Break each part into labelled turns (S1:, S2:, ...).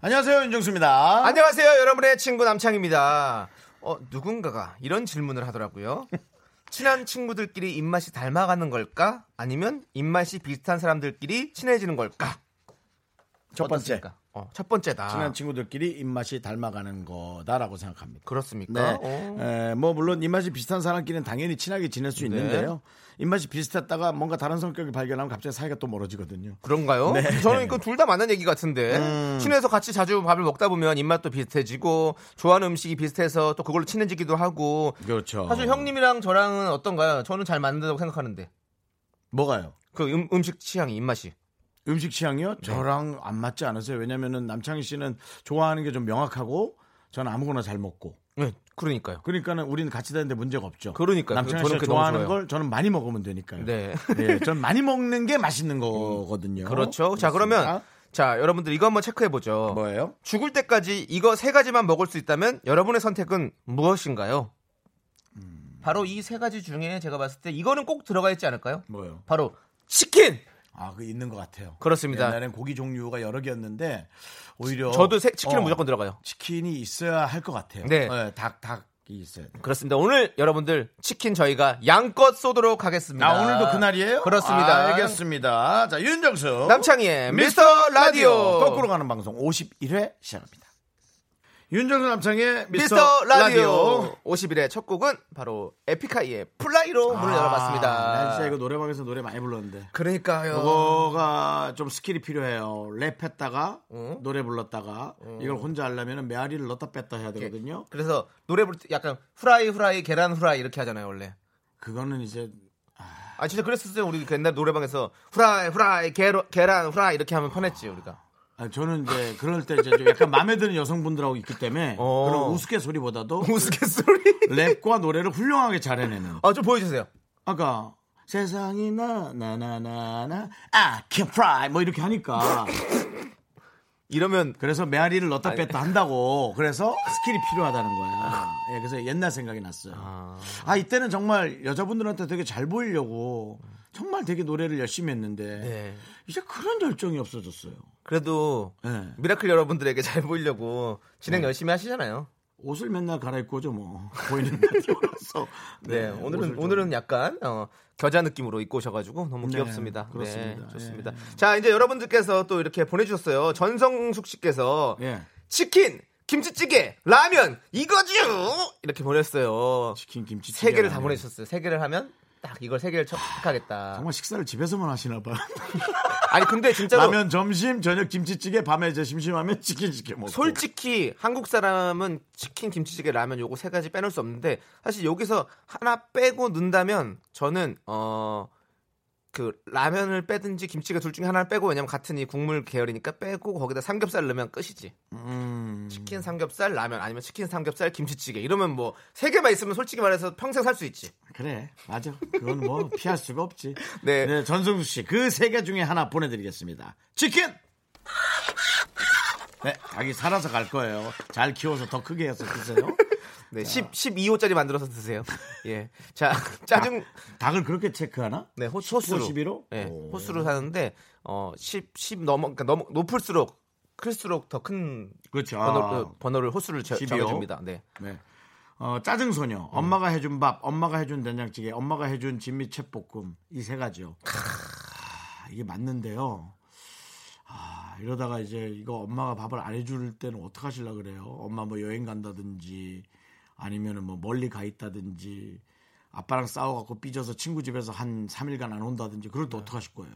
S1: 안녕하세요 윤정수입니다.
S2: 안녕하세요, 여러분의 친구 남창입니다. 어, 누군가가 이런 질문을 하더라고요. 친한 친구들끼리 입맛이 닮아가는 걸까? 아니면 입맛이 비슷한 사람들끼리 친해지는 걸까?
S1: 첫 번째
S2: 어떻습니까? 어, 첫 번째다.
S1: 친한 친구들끼리 입맛이 닮아가는 거다라고 생각합니다.
S2: 그렇습니까?
S1: 네.
S2: 어.
S1: 에, 뭐 물론 입맛이 비슷한 사람끼리는 당연히 친하게 지낼
S2: 네.
S1: 수 있는데요. 입맛이 비슷했다가 뭔가 다른 성격이 발견하면 갑자기 사이가 또 멀어지거든요.
S2: 그런가요?
S1: 네.
S2: 저는 이거 둘 다 맞는 얘기 같은데
S1: 음.
S2: 친해서 같이 자주 밥을 먹다 보면 입맛도 비슷해지고 좋아하는 음식이 비슷해서 또 그걸로 친해지기도 하고
S1: 그렇죠.
S2: 사실 형님이랑 저랑은 어떤가요? 저는 잘 맞는다고 생각하는데
S1: 뭐가요?
S2: 그 음, 음식 취향이 입맛이
S1: 음식 취향이요?
S2: 네.
S1: 저랑 안 맞지 않으세요? 왜냐면은 남창희 씨는 좋아하는 게 좀 명확하고 저는 아무거나 잘 먹고.
S2: 네, 그러니까요.
S1: 그러니까는 우리는 같이 다니는데 문제가 없죠.
S2: 그러니까요.
S1: 남창희
S2: 저는
S1: 씨가
S2: 그게 너무
S1: 좋아하는
S2: 좋아요.
S1: 걸 저는 많이 먹으면 되니까요.
S2: 네.
S1: 예, 전 많이 먹는 게 맛있는 거거든요.
S2: 그렇죠. 자,
S1: 어, 그렇습니다.
S2: 그러면 자, 여러분들 이거 한번 체크해 보죠.
S1: 뭐예요?
S2: 죽을 때까지 이거 세 가지만 먹을 수 있다면 여러분의 선택은 무엇인가요?
S1: 음.
S2: 바로 이 세 가지 중에 제가 봤을 때 이거는 꼭 들어가 있지 않을까요?
S1: 뭐요?
S2: 바로 치킨.
S1: 아, 그 있는 것 같아요.
S2: 그렇습니다.
S1: 옛날엔 고기 종류가 여러 개였는데 오히려
S2: 저도 세- 치킨은
S1: 어,
S2: 무조건 들어가요.
S1: 치킨이 있어야 할 것 같아요.
S2: 네.
S1: 예, 닭 닭이 있어요.
S2: 그렇습니다. 오늘 여러분들 치킨 저희가 양껏 쏘도록 하겠습니다.
S1: 나 아, 오늘도 그날이에요?
S2: 그렇습니다.
S1: 아, 알겠습니다. 자, 윤정수
S2: 남창희의 미스터 라디오.
S1: 거꾸로 가는 방송 51회 시작합니다. 윤정수 남창의 미스터,
S2: 미스터
S1: 라디오.
S2: 라디오 50일의 첫 곡은 바로 에픽하이의 플라이로 문을
S1: 아, 난
S2: 열어봤습니다.
S1: 진짜 이거 노래방에서 노래 많이 불렀는데.
S2: 그러니까요.
S1: 그거가 좀 스킬이 필요해요. 랩했다가
S2: 응?
S1: 노래 불렀다가 이걸 혼자 하려면 메아리를 넣다 뺐다 해야 되거든요.
S2: 그래서 노래 부를 때 약간 후라이 후라이 계란 후라이 이렇게 하잖아요 원래.
S1: 그거는 이제
S2: 아 진짜 그랬었어요 우리 그 옛날 노래방에서 후라이 후라이 계로, 계란 후라이 이렇게 하면 편했지 우리가.
S1: 아, 저는 이제 그럴 때 이제 좀 약간 마음에 드는 여성분들하고 있기 때문에
S2: 어.
S1: 그런 우스갯소리보다도
S2: 우스갯소리.
S1: 랩과 노래를 훌륭하게 잘 해내는.
S2: 아좀 보여주세요.
S1: 아까 세상이 나나나나나 아, I can fly 뭐 이렇게 하니까
S2: 이러면
S1: 그래서 메아리를 넣다
S2: 네.
S1: 뺐다 한다고 그래서 스킬이 필요하다는 거야. 예, 그래서 옛날 생각이 났어요. 아 이때는 정말 여자분들한테 되게 잘 보이려고 정말 되게 노래를 열심히 했는데
S2: 네.
S1: 이제 그런 열정이 없어졌어요.
S2: 그래도
S1: 네.
S2: 미라클 여러분들에게 잘 보이려고 진행 열심히 하시잖아요.
S1: 옷을 맨날 갈아입고 오죠 뭐 보이는 라디오라서
S2: 네,
S1: 옷을
S2: 오늘은
S1: 좀-
S2: 오늘은 약간 어, 겨자 느낌으로 입고 오셔가지고 너무
S1: 네,
S2: 귀엽습니다. 네,
S1: 그렇습니다.
S2: 좋습니다. 자 이제 여러분들께서 또 이렇게 보내주셨어요. 전성숙 씨께서
S1: 예.
S2: 치킨, 김치찌개, 라면 이거죠 이렇게 보냈어요.
S1: 치킨 김치
S2: 세 개를 다 보내주셨어요. 세 개를 하면 딱 이걸 세 개를 척하겠다.
S1: 정말 식사를 집에서만 하시나 봐.
S2: 아니 근데 진짜로
S1: 라면 점심 저녁 김치찌개 밤에 이제 심심하면 치킨 시켜 먹고.
S2: 어, 솔직히 한국 사람은 치킨, 김치찌개, 라면 요거 세 가지 빼놓을 수 없는데 사실 여기서 하나 빼고 넣는다면 저는 어. 그 라면을 빼든지 김치가 둘 중에 하나를 빼고 왜냐면 같은 이 국물 계열이니까 빼고 거기다 삼겹살 넣으면 끝이지
S1: 음.
S2: 치킨 삼겹살 라면 아니면 치킨 삼겹살 김치찌개 이러면 뭐 세 개만 있으면 솔직히 말해서 평생 살 수 있지
S1: 그래 맞아 그건 뭐 피할 수가 없지
S2: 네.
S1: 네, 전성수 씨 그 세 개 중에 하나 보내드리겠습니다 치킨 네 닭이 살아서 갈 거예요 잘 키워서 더 크게 해서 드세요
S2: 네, 10, 12호짜리 만들어서 드세요 예자 짜증
S1: 닭을 그렇게 체크하나
S2: 네, 호, 호수로.
S1: 11호?
S2: 네,
S1: 오.
S2: 호수로 사는데 어, 10, 10 넘어 그러니까 넘, 높을수록 클수록 더 큰
S1: 그렇죠.
S2: 번호, 번호를 호수를 저,
S1: 12호.
S2: 정해줍니다. 네.
S1: 네 어, 짜증 소녀 엄마가 해준 밥 엄마가 해준 된장찌개 엄마가 해준 진미채볶음 이 세 가지요 아, 이게 맞는데요 아, 이러다가 이제 이거 엄마가 밥을 안 해줄 때는 어떡 하실라 그래요? 엄마 뭐 여행 간다든지 아니면은 뭐 멀리 가 있다든지 아빠랑 싸워갖고 삐져서 친구 집에서 한 3일간 안 온다든지 그럴 때
S2: 네.
S1: 어떡 하실 거예요?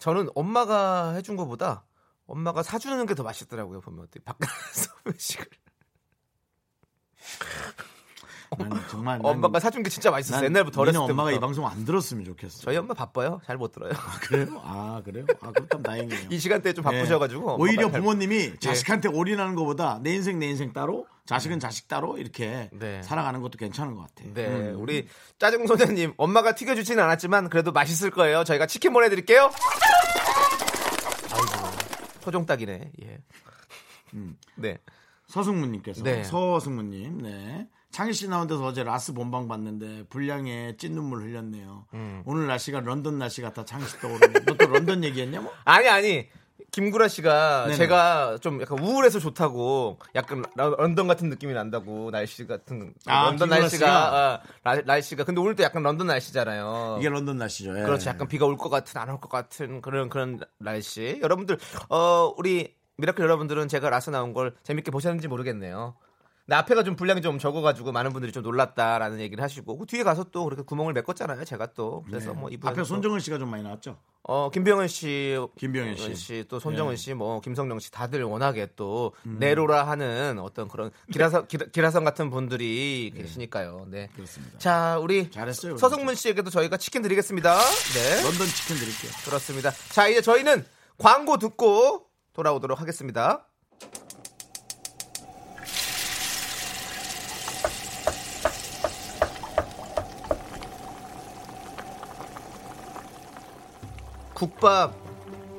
S2: 저는 엄마가 해준 것보다 엄마가 사주는 게 더 맛있더라고요. 보면 어때? 밖에서 외식을.
S1: 난 정말 난-
S2: 엄마가 사준 게 진짜 맛있었어.
S1: 난
S2: 옛날부터
S1: 니네
S2: 어렸을 때부터.
S1: 엄마가 이 방송 안 들었으면 좋겠어.
S2: 저희 엄마 바빠요. 잘 못 들어요.
S1: 아, 그래요? 아 그래요? 아 그렇다면 다행이네요.
S2: 이 시간대에 좀
S1: 예.
S2: 바쁘셔가지고. 예. 엄마가
S1: 오히려
S2: 잘-
S1: 부모님이 자식한테 올인하는 것보다 내 인생 내 인생 따로 자식은 자식 따로 이렇게
S2: 네.
S1: 살아가는 것도 괜찮은 것 같아요.
S2: 네,
S1: 음.
S2: 우리 짜증 소녀님 엄마가 튀겨주지는 않았지만 그래도 맛있을 거예요. 저희가 치킨 보내드릴게요. 아이고, 토종닭이네. 예.
S1: 음.
S2: 네.
S1: 서승문님께서
S2: 네.
S1: 서승문님 네. 창희 씨 나온 데서 어제 라스 본방 봤는데 불량에 찐 눈물 흘렸네요.
S2: 음.
S1: 오늘 날씨가 런던 날씨 같아 창희 씨 떠오르네. 너또 런던 얘기했냐 뭐?
S2: 아니 아니 김구라 씨가
S1: 네네.
S2: 제가 좀 약간 우울해서 좋다고 약간 라- 런던 같은 느낌이 난다고 날씨 같은
S1: 아,
S2: 런던
S1: 김구라
S2: 날씨가
S1: 씨가?
S2: 아, 라- 날씨가 근데 오늘도 약간 런던 날씨잖아요.
S1: 이게 런던 날씨죠. 예.
S2: 어. 그렇죠. 약간 비가 올 것 같은 안 올 것 같은 그런 그런 날씨. 여러분들 어 우리 미라클 여러분들은 제가 라스 나온 걸 재밌게 보셨는지 모르겠네요. 근데 앞에가 좀 분량이 좀 적어가지고 많은 분들이 좀 놀랐다라는 얘기를 하시고 그 뒤에 가서 또 그렇게 구멍을 메꿨잖아요. 제가 또 그래서 뭐 이분
S1: 예. 네. 앞에 손정은 씨가 좀 많이 나왔죠.
S2: 어 김병현 씨,
S1: 김병현 씨. 네.
S2: 또 손정은 씨, 뭐 김성령 씨 다들 워낙에 또
S1: 음.
S2: 내로라 하는 어떤 그런 기라성 기라, 성 같은 분들이 계시니까요. 네.
S1: 네. 그렇습니다.
S2: 자, 우리
S1: 잘했어요,
S2: 서승문 씨에게도 저희가 치킨 드리겠습니다. 네.
S1: 런던 치킨 드릴게요.
S2: 그렇습니다. 자, 이제 저희는 광고 듣고 돌아오도록 하겠습니다. 국밥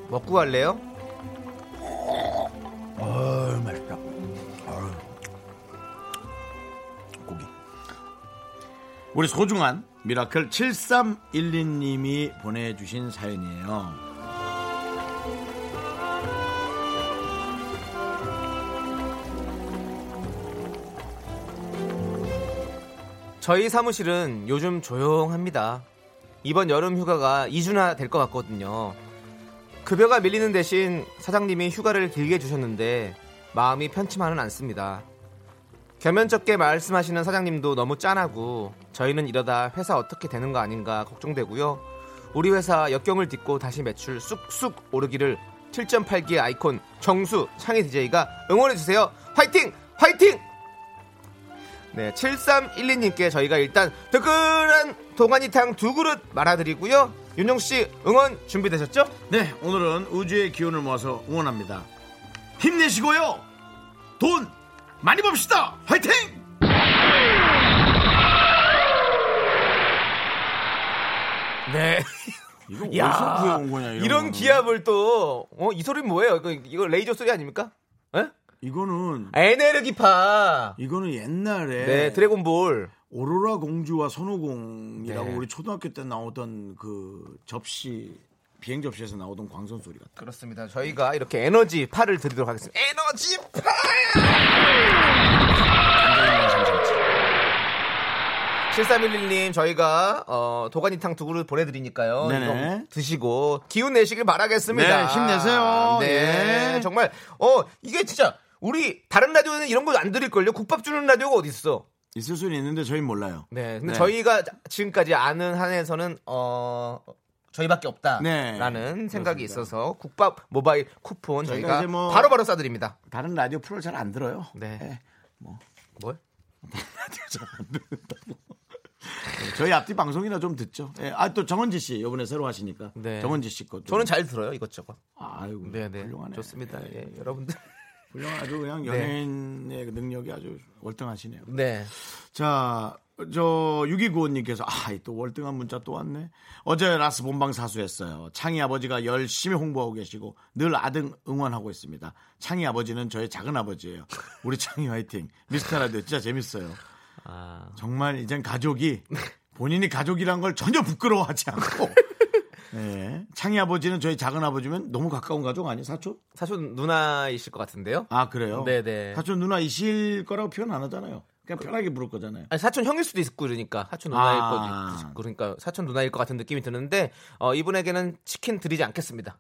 S2: 먹고 갈래요?
S1: 고기. 우리 소중한 미라클 7312님이 보내주신 사연이에요.
S2: 저희 사무실은 요즘 조용합니다. 이번 여름 휴가가 2주나 될 것 같거든요. 급여가 밀리는 대신 사장님이 휴가를 길게 주셨는데 마음이 편치만은 않습니다. 겸연쩍게 말씀하시는 사장님도 너무 짠하고 저희는 이러다 회사 어떻게 되는 거 아닌가 걱정되고요. 우리 회사 역경을 딛고 다시 매출 쑥쑥 오르기를 7.8기의 아이콘 정수 창희 DJ가 응원해주세요. 화이팅! 화이팅! 네, 7312님께 저희가 일단 뜨끈한 도가니탕 두 그릇 말아드리고요. 윤용 씨 응원 준비되셨죠?
S1: 네, 오늘은 우주의 기운을 모아서 응원합니다. 힘내시고요. 돈 많이 봅시다. 화이팅!
S2: 네.
S1: 이거
S2: 야,
S1: 어디서 구해온 거냐 이런,
S2: 이런
S1: 거는.
S2: 기합을 또, 어, 이 소리 뭐예요? 이거, 이거 레이저 소리 아닙니까? 에?
S1: 이거는
S2: 에네르기파.
S1: 이거는 옛날에
S2: 네, 드래곤볼.
S1: 오로라 공주와 손오공이라고
S2: 네.
S1: 우리 초등학교 때 나오던 그 접시 비행 접시에서 나오던 광선 소리 같아.
S2: 그렇습니다. 저희가 이렇게 에너지 파를 드리도록 하겠습니다. 에너지 파!
S1: 굉장히
S2: 7311님, 저희가, 어, 도가니탕 두 그릇 보내드리니까요.
S1: 네네.
S2: 이거 드시고, 기운 내시길
S1: 네,
S2: 바라겠습니다.
S1: 힘내세요.
S2: 네.
S1: 예.
S2: 정말, 어, 이게 진짜, 우리, 다른 라디오는 이런 거 안 드릴걸요? 국밥 주는 라디오가 어딨어?
S1: 있을 수는 있는데 저희 몰라요.
S2: 네.
S1: 네.
S2: 근데 저희가 지금까지 아는 한에서는 어 저희밖에
S1: 네.
S2: 없다라는 생각이 있어서 국밥 모바일 쿠폰
S1: 저희가
S2: 저희가
S1: 이제 뭐-
S2: 바로바로 싸드립니다.
S1: 다른 라디오 프로를 잘 안 들어요.
S2: 네.
S1: 예,
S2: 뭘?
S1: 잘안 듣는다고. 예, 저희 앞뒤 방송이나 좀 듣죠. 예, 아또 정은지 씨 이번에 새로 하시니까
S2: 네.
S1: 정은지 씨 것.
S2: 저는 잘 들어요 이것저것.
S1: 아이고 훌륭하네.
S2: 좋습니다. 네.
S1: 예,
S2: 예, 여러분들.
S1: 훌륭한 아주 그냥 연예인의 그 능력이 아주 월등하시네요.
S2: 네.
S1: 자, 저 6295님께서 아, 또 월등한 문자 또 왔네. 어제 라스 본방 사수했어요. 창희 아버지가 열심히 홍보하고 계시고 늘 아등 응원하고 있습니다. 창희 아버지는 저의 작은 아버지예요. 우리 창희 화이팅. 미스터 라디오 진짜 재밌어요. 정말 이젠 가족이 본인이 가족이란 걸 전혀 부끄러워하지 않고 네. 창희 아버지는 저희 작은 아버지면 너무 가까운 가족 아니에요? 사촌?
S2: 사촌 누나이실 것 같은데요.
S1: 아 그래요?
S2: 네네.
S1: 사촌 누나이실 거라고 표현 안 하잖아요. 그냥 편하게 부를 거잖아요.
S2: 아니, 사촌 형일 수도 있고 그러니까 사촌 누나일
S1: 아.
S2: 거지. 그러니까 사촌 누나일 것 같은 느낌이 드는데 어, 이분에게는 치킨 드리지 않겠습니다.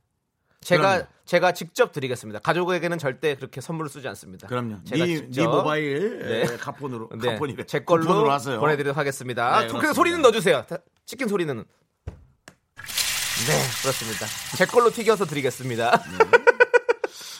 S2: 제가
S1: 그럼요.
S2: 제가 직접 드리겠습니다. 가족에게는 절대 그렇게 선물을 쓰지 않습니다.
S1: 그럼요.
S2: 제가
S1: 네,
S2: 직접
S1: 네 모바일
S2: 네.
S1: 에, 카폰으로
S2: 네,
S1: 카폰이래.
S2: 제 걸로
S1: 쿠폰으로 하세요.
S2: 보내드리도록 하겠습니다.
S1: 네,
S2: 그- 그래서
S1: 그렇습니다.
S2: 소리는 넣어주세요. 다- 치킨 소리는. 네,
S1: 네.
S2: 그렇습니다. 제 걸로 튀겨서 드리겠습니다.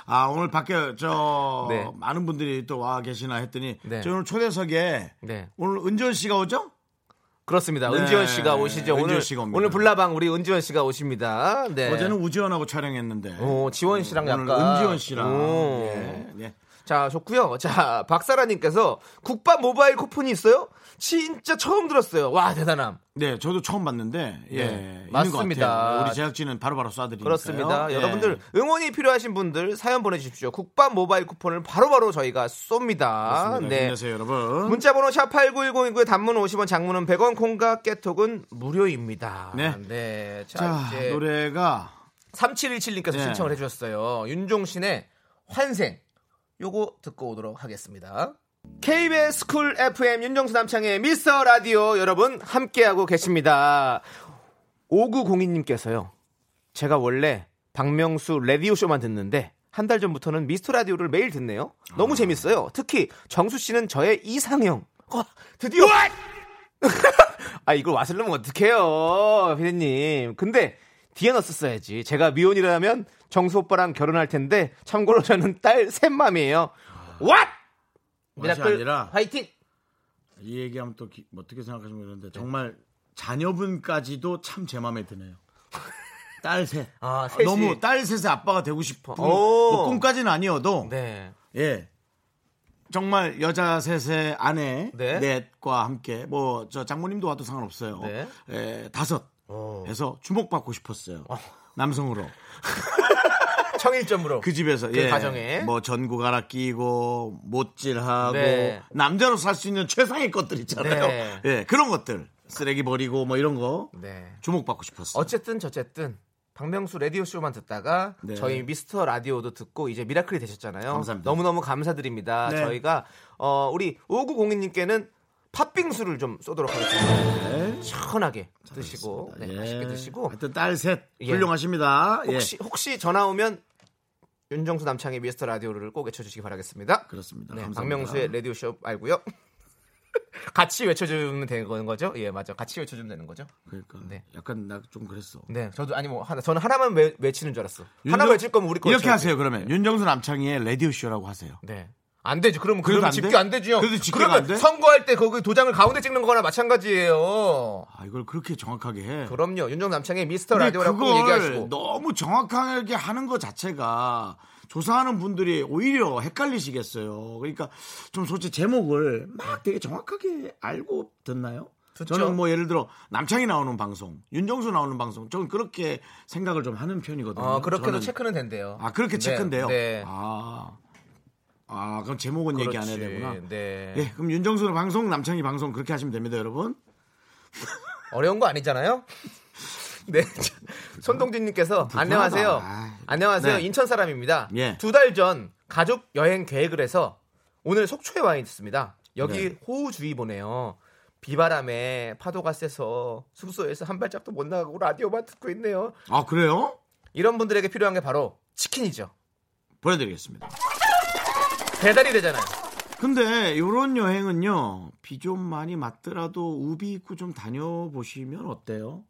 S1: 아 오늘 밖에 저
S2: 네.
S1: 많은 분들이 또 와 계시나 했더니
S2: 네.
S1: 저희 오늘 초대석에
S2: 네.
S1: 오늘 은지원 씨가 오죠?
S2: 그렇습니다.
S1: 네.
S2: 은지원 씨가 오시죠.
S1: 은지원
S2: 오늘
S1: 씨가 옵니다.
S2: 오늘 불나방 우리 은지원 씨가 오십니다. 네.
S1: 어제는 우지원하고 촬영했는데
S2: 오, 지원 씨랑
S1: 오늘
S2: 약간
S1: 은지원 씨랑
S2: 오.
S1: 예, 예.
S2: 자, 좋고요. 자, 박사라님께서 국밥 모바일 쿠폰이 있어요? 진짜 처음 들었어요. 와, 대단함.
S1: 네, 저도 처음 봤는데 예,
S2: 네,
S1: 있는
S2: 맞습니다.
S1: 것 같아요. 우리 제작진은 바로바로 쏴드리니까요.
S2: 그렇습니다.
S1: 예.
S2: 여러분들 응원이 필요하신 분들 사연 보내주십시오. 국밥 모바일 쿠폰을 바로바로 저희가 쏩니다.
S1: 그렇습니다.
S2: 네.
S1: 힘내세요, 여러분.
S2: 문자번호 샵 8910이고요. 단문 50원, 장문은 100원, 콩과 깨톡은 무료입니다.
S1: 네.
S2: 네. 자,
S1: 자,
S2: 이제
S1: 노래가
S2: 3717님께서
S1: 네.
S2: 신청을 해주셨어요. 윤종신의 환생. 요거 듣고 오도록 하겠습니다. KBS 쿨 FM 윤정수 남창의 미스터 라디오 여러분 함께하고 계십니다. 5902님께서요. 제가 원래 박명수 라디오 쇼만 듣는데 한 달 전부터는 미스터 라디오를 매일 듣네요. 너무 재밌어요. 특히 정수 씨는 저의 이상형. 어, 드디어 아 이걸 와슬러면 어떡해요 피디님 근데 디에너 썼어야지 제가 미혼이라면 정수 오빠랑 결혼할 텐데 참고로 저는 딸 셋맘이에요 왓!
S1: 것이 아니라
S2: 화이팅!
S1: 이 얘기하면 또 기- 뭐 어떻게 생각하시면 그런데
S2: 네.
S1: 정말 자녀분까지도 참 제 마음에 드네요. 딸 셋.
S2: 아, 셋이.
S1: 너무 딸 셋의 아빠가 되고 싶은
S2: 오.
S1: 뭐 꿈까지는 아니어도
S2: 네
S1: 예. 정말 여자 셋의 아내
S2: 네.
S1: 넷과 함께 뭐 저 장모님도 와도 상관없어요.
S2: 네. 어.
S1: 예, 다섯. 해서 주목받고 싶었어요. 남성으로
S2: 청일점으로
S1: 그 집에서
S2: 그 가정에.
S1: 뭐 전구 갈아 끼고 못질하고
S2: 네.
S1: 남자로 살 수 있는 최상의 것들 있잖아요.
S2: 네.
S1: 예, 그런 것들 쓰레기 버리고 뭐 이런 거
S2: 네.
S1: 주목받고 싶었어요.
S2: 어쨌든 저쨌든 박명수 라디오 쇼만 듣다가
S1: 네.
S2: 저희 미스터 라디오도 듣고 이제 미라클이 되셨잖아요.
S1: 감사합니다.
S2: 너무너무 감사드립니다.
S1: 네.
S2: 저희가 어, 우리 5902님께는 팥빙수를 좀 쏘도록 하겠습니다. 시원하게 드시고 네,
S1: 네. 예.
S2: 맛있게 드시고
S1: 하여튼 딸 셋
S2: 예.
S1: 훌륭하십니다. 예.
S2: 혹시 혹시 전화 오면 윤정수 남창의 미스터 라디오를 꼭 외쳐주시기 바라겠습니다.
S1: 그렇습니다.
S2: 네,
S1: 감사합니다.
S2: 박명수의 라디오 쇼 알고요. 같이 외쳐주면 되는 거죠? 예, 맞아. 같이 외쳐주면 되는 거죠?
S1: 그러니까
S2: 네.
S1: 약간 나 좀 그랬어.
S2: 네, 저도 아니 뭐 하나 저는 하나만 외, 외치는 줄 알았어. 하나
S1: 윤정-
S2: 외칠 거면 예. 우리 거
S1: 이렇게
S2: 외쳐야지.
S1: 하세요. 그러면 윤정수 남창희의 라디오 쇼라고 하세요.
S2: 네. 안 되죠. 그러면
S1: 그래도
S2: 그러면
S1: 안 돼?
S2: 집계 안 되죠.
S1: 그래도 집계가
S2: 그러면
S1: 안 돼?
S2: 선거할 때 거기 도장을 가운데 찍는 거나 마찬가지예요.
S1: 아 이걸 그렇게 정확하게 해.
S2: 그럼요. 윤정 남창의 미스터
S1: 근데
S2: 라디오라고 꼭 얘기하시고.
S1: 그걸 너무 정확하게 하는 것 자체가 조사하는 분들이 오히려 헷갈리시겠어요. 그러니까 좀 솔직히 제목을 막 되게 정확하게 알고 듣나요?
S2: 듣죠.
S1: 저는 뭐 예를 들어 남창이 나오는 방송, 윤정수 나오는 방송, 저는 그렇게 생각을 좀 하는 편이거든요.
S2: 어, 그렇게도
S1: 저는-
S2: 체크는 된대요.
S1: 아 그렇게
S2: 네,
S1: 체크인데요.
S2: 네.
S1: 아, 아 그럼 제목은 얘기 안 해야
S2: 그렇지.
S1: 되구나.
S2: 네.
S1: 예, 그럼 윤정수 방송, 남창희 방송 그렇게 하시면 됩니다, 여러분.
S2: 어려운 거 아니잖아요. 네. 손동진님께서 안녕하세요.
S1: 어, 아이.
S2: 안녕하세요.
S1: 네.
S2: 인천 사람입니다.
S1: 예.
S2: 두 달 전 가족 여행 계획을 해서 오늘 속초에 와 있습니다.
S1: 네.
S2: 여기 호우주의보네요. 비바람에 파도가 세서 숙소에서 한 발짝도 못 나가고 라디오만 듣고 있네요.
S1: 아 그래요?
S2: 이런 분들에게 필요한 게 바로 치킨이죠.
S1: 보내드리겠습니다.
S2: 배달이 되잖아요.
S1: 근데 요런 여행은요 비 좀 많이 맞더라도 우비 입고 좀 다녀보시면 어때요?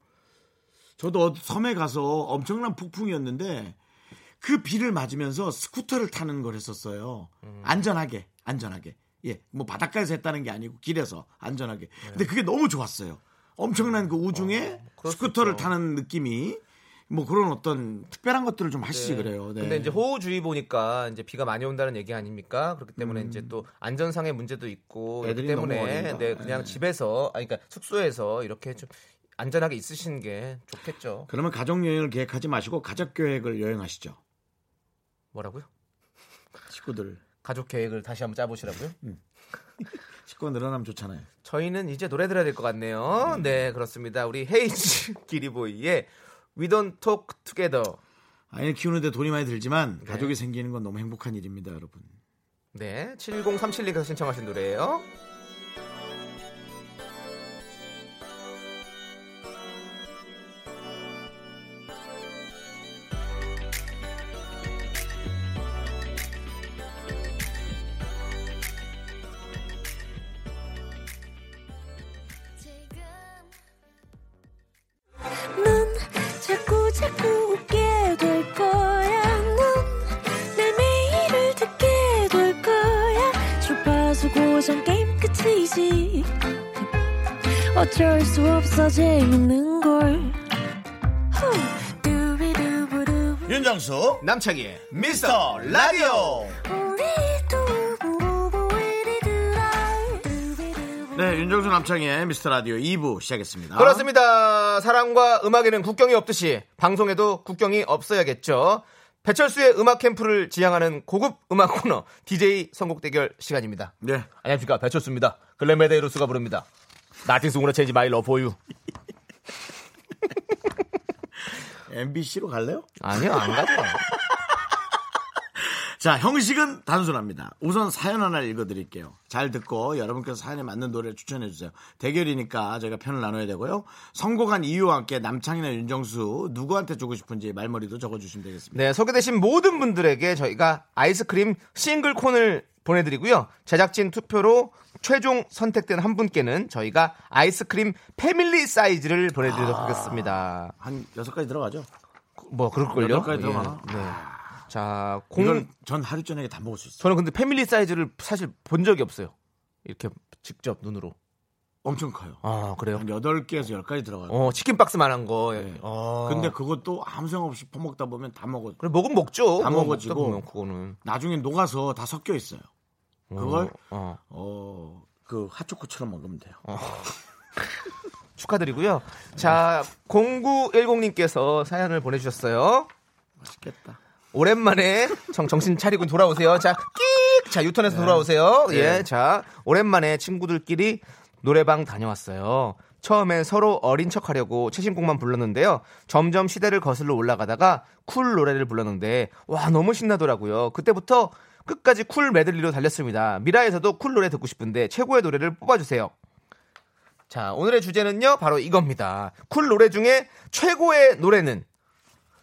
S1: 저도 어디 섬에 가서 엄청난 폭풍이었는데 그 비를 맞으면서 스쿠터를 타는 걸 했었어요.
S2: 음.
S1: 안전하게 안전하게 예 뭐 바닷가에서 했다는 게 아니고 길에서 안전하게 근데 그게 너무 좋았어요. 엄청난 그 우중에
S2: 네. 어, 그럴 수
S1: 스쿠터를
S2: 있죠.
S1: 타는 느낌이 뭐 그런 어떤 특별한 것들을 좀 하시지 그래요. 네.
S2: 근데 이제 호우주의 보니까 이제 비가 많이 온다는 얘기 아닙니까? 그렇기 때문에 이제 또 안전상의 문제도 있고 그렇기
S1: 음. 애들이 너무
S2: 때문에
S1: 어린가?
S2: 네, 그냥
S1: 네.
S2: 집에서 아 그러니까 숙소에서 이렇게 좀 안전하게 있으시는 게 좋겠죠.
S1: 그러면 가족 여행을 계획하지 마시고 가족 계획을 여행하시죠.
S2: 뭐라고요?
S1: 식구들
S2: 가족 계획을 다시 한번 짜보시라고요?
S1: 식구 늘어나면 좋잖아요.
S2: 저희는 이제 노래 들어야 될 것
S1: 음.
S2: 같네요. 네, 그렇습니다. 우리 헤이즈 기리보이의 We Don't Talk Together.
S1: 아이를 키우는데 돈이 많이 들지만 가족이 생기는 건 너무 행복한 일입니다, 여러분.
S2: 네, 7037님께서 신청하신 노래예요.
S3: 넌 자꾸 자꾸 웃게 될 거야. 넌내 거지 어쩔 수 없어 재밌는 걸 후. 두비두부두.
S1: 윤정수
S2: 남창희의 미스터 어, 라디오
S3: 우리 두부부부 우리들아. 두비두부.
S1: 네 윤정수 남창희의 미스터 라디오 2부 시작했습니다
S2: 아. 그렇습니다. 사랑과 음악에는 국경이 없듯이 방송에도 국경이 없어야겠죠. 배철수의 음악 캠프를 지향하는 고급 음악 코너 DJ 선곡 대결 시간입니다.
S1: 네.
S2: 안녕하십니까 배철수입니다. 글렌메데이로스가 부릅니다. 나팅스 우나 체인지 마이 러브 유.
S1: MBC로 갈래요?
S2: 아니요 안 가죠.
S1: 자, 형식은 단순합니다. 우선 사연 하나 읽어드릴게요. 잘 듣고 여러분께서 사연에 맞는 노래를 추천해주세요. 대결이니까 저희가 편을 나눠야 되고요. 선곡한 이유와 함께 남창이나 윤정수 누구한테 주고 싶은지 말머리도 적어주시면 되겠습니다.
S2: 네 소개되신 모든 분들에게 저희가 아이스크림 싱글 콘을 보내드리고요. 제작진 투표로 최종 선택된 한 분께는 저희가 아이스크림 패밀리 사이즈를 보내드리도록 하겠습니다.
S1: 한 여섯 가지 들어가죠?
S2: 뭐 그럴걸요.
S1: 여덟 가지 들어가나?
S2: 예, 네. 자, 공
S1: 이걸 전 하루 저녁에 다 먹을 수 있어요.
S2: 저는 근데 패밀리 사이즈를 사실 본 적이 없어요. 이렇게 직접 눈으로.
S1: 엄청 커요.
S2: 아 그래요?
S1: 한 여덟 개에서 열 가지 들어가요.
S2: 어 치킨 박스만한 거.
S1: 네.
S2: 어.
S1: 근데 그것도 아무 생각 없이 퍼먹다 보면 다 먹어.
S2: 그래 먹으면 먹죠.
S1: 다
S2: 그거
S1: 먹어지고.
S2: 먹다 보면 그거는
S1: 나중에 녹아서 다 섞여 있어요. 그걸
S2: 어,
S1: 어, 그 핫초코처럼 먹으면 돼요.
S2: 어. 축하드리고요. 자 0910님께서 사연을 보내주셨어요.
S1: 맛있겠다.
S2: 오랜만에 정, 정신 차리고 돌아오세요. 자, 끽! 자, 유턴해서 돌아오세요. 예, 자, 오랜만에 친구들끼리 노래방 다녀왔어요. 처음엔 서로 어린 척 하려고 최신곡만 불렀는데요. 점점 시대를 거슬러 올라가다가 쿨 노래를 불렀는데, 와, 너무 신나더라고요. 그때부터 끝까지 쿨 메들리로 달렸습니다. 미라에서도 쿨 노래 듣고 싶은데, 최고의 노래를 뽑아주세요. 자, 오늘의 주제는요, 바로 이겁니다. 쿨 노래 중에 최고의 노래는?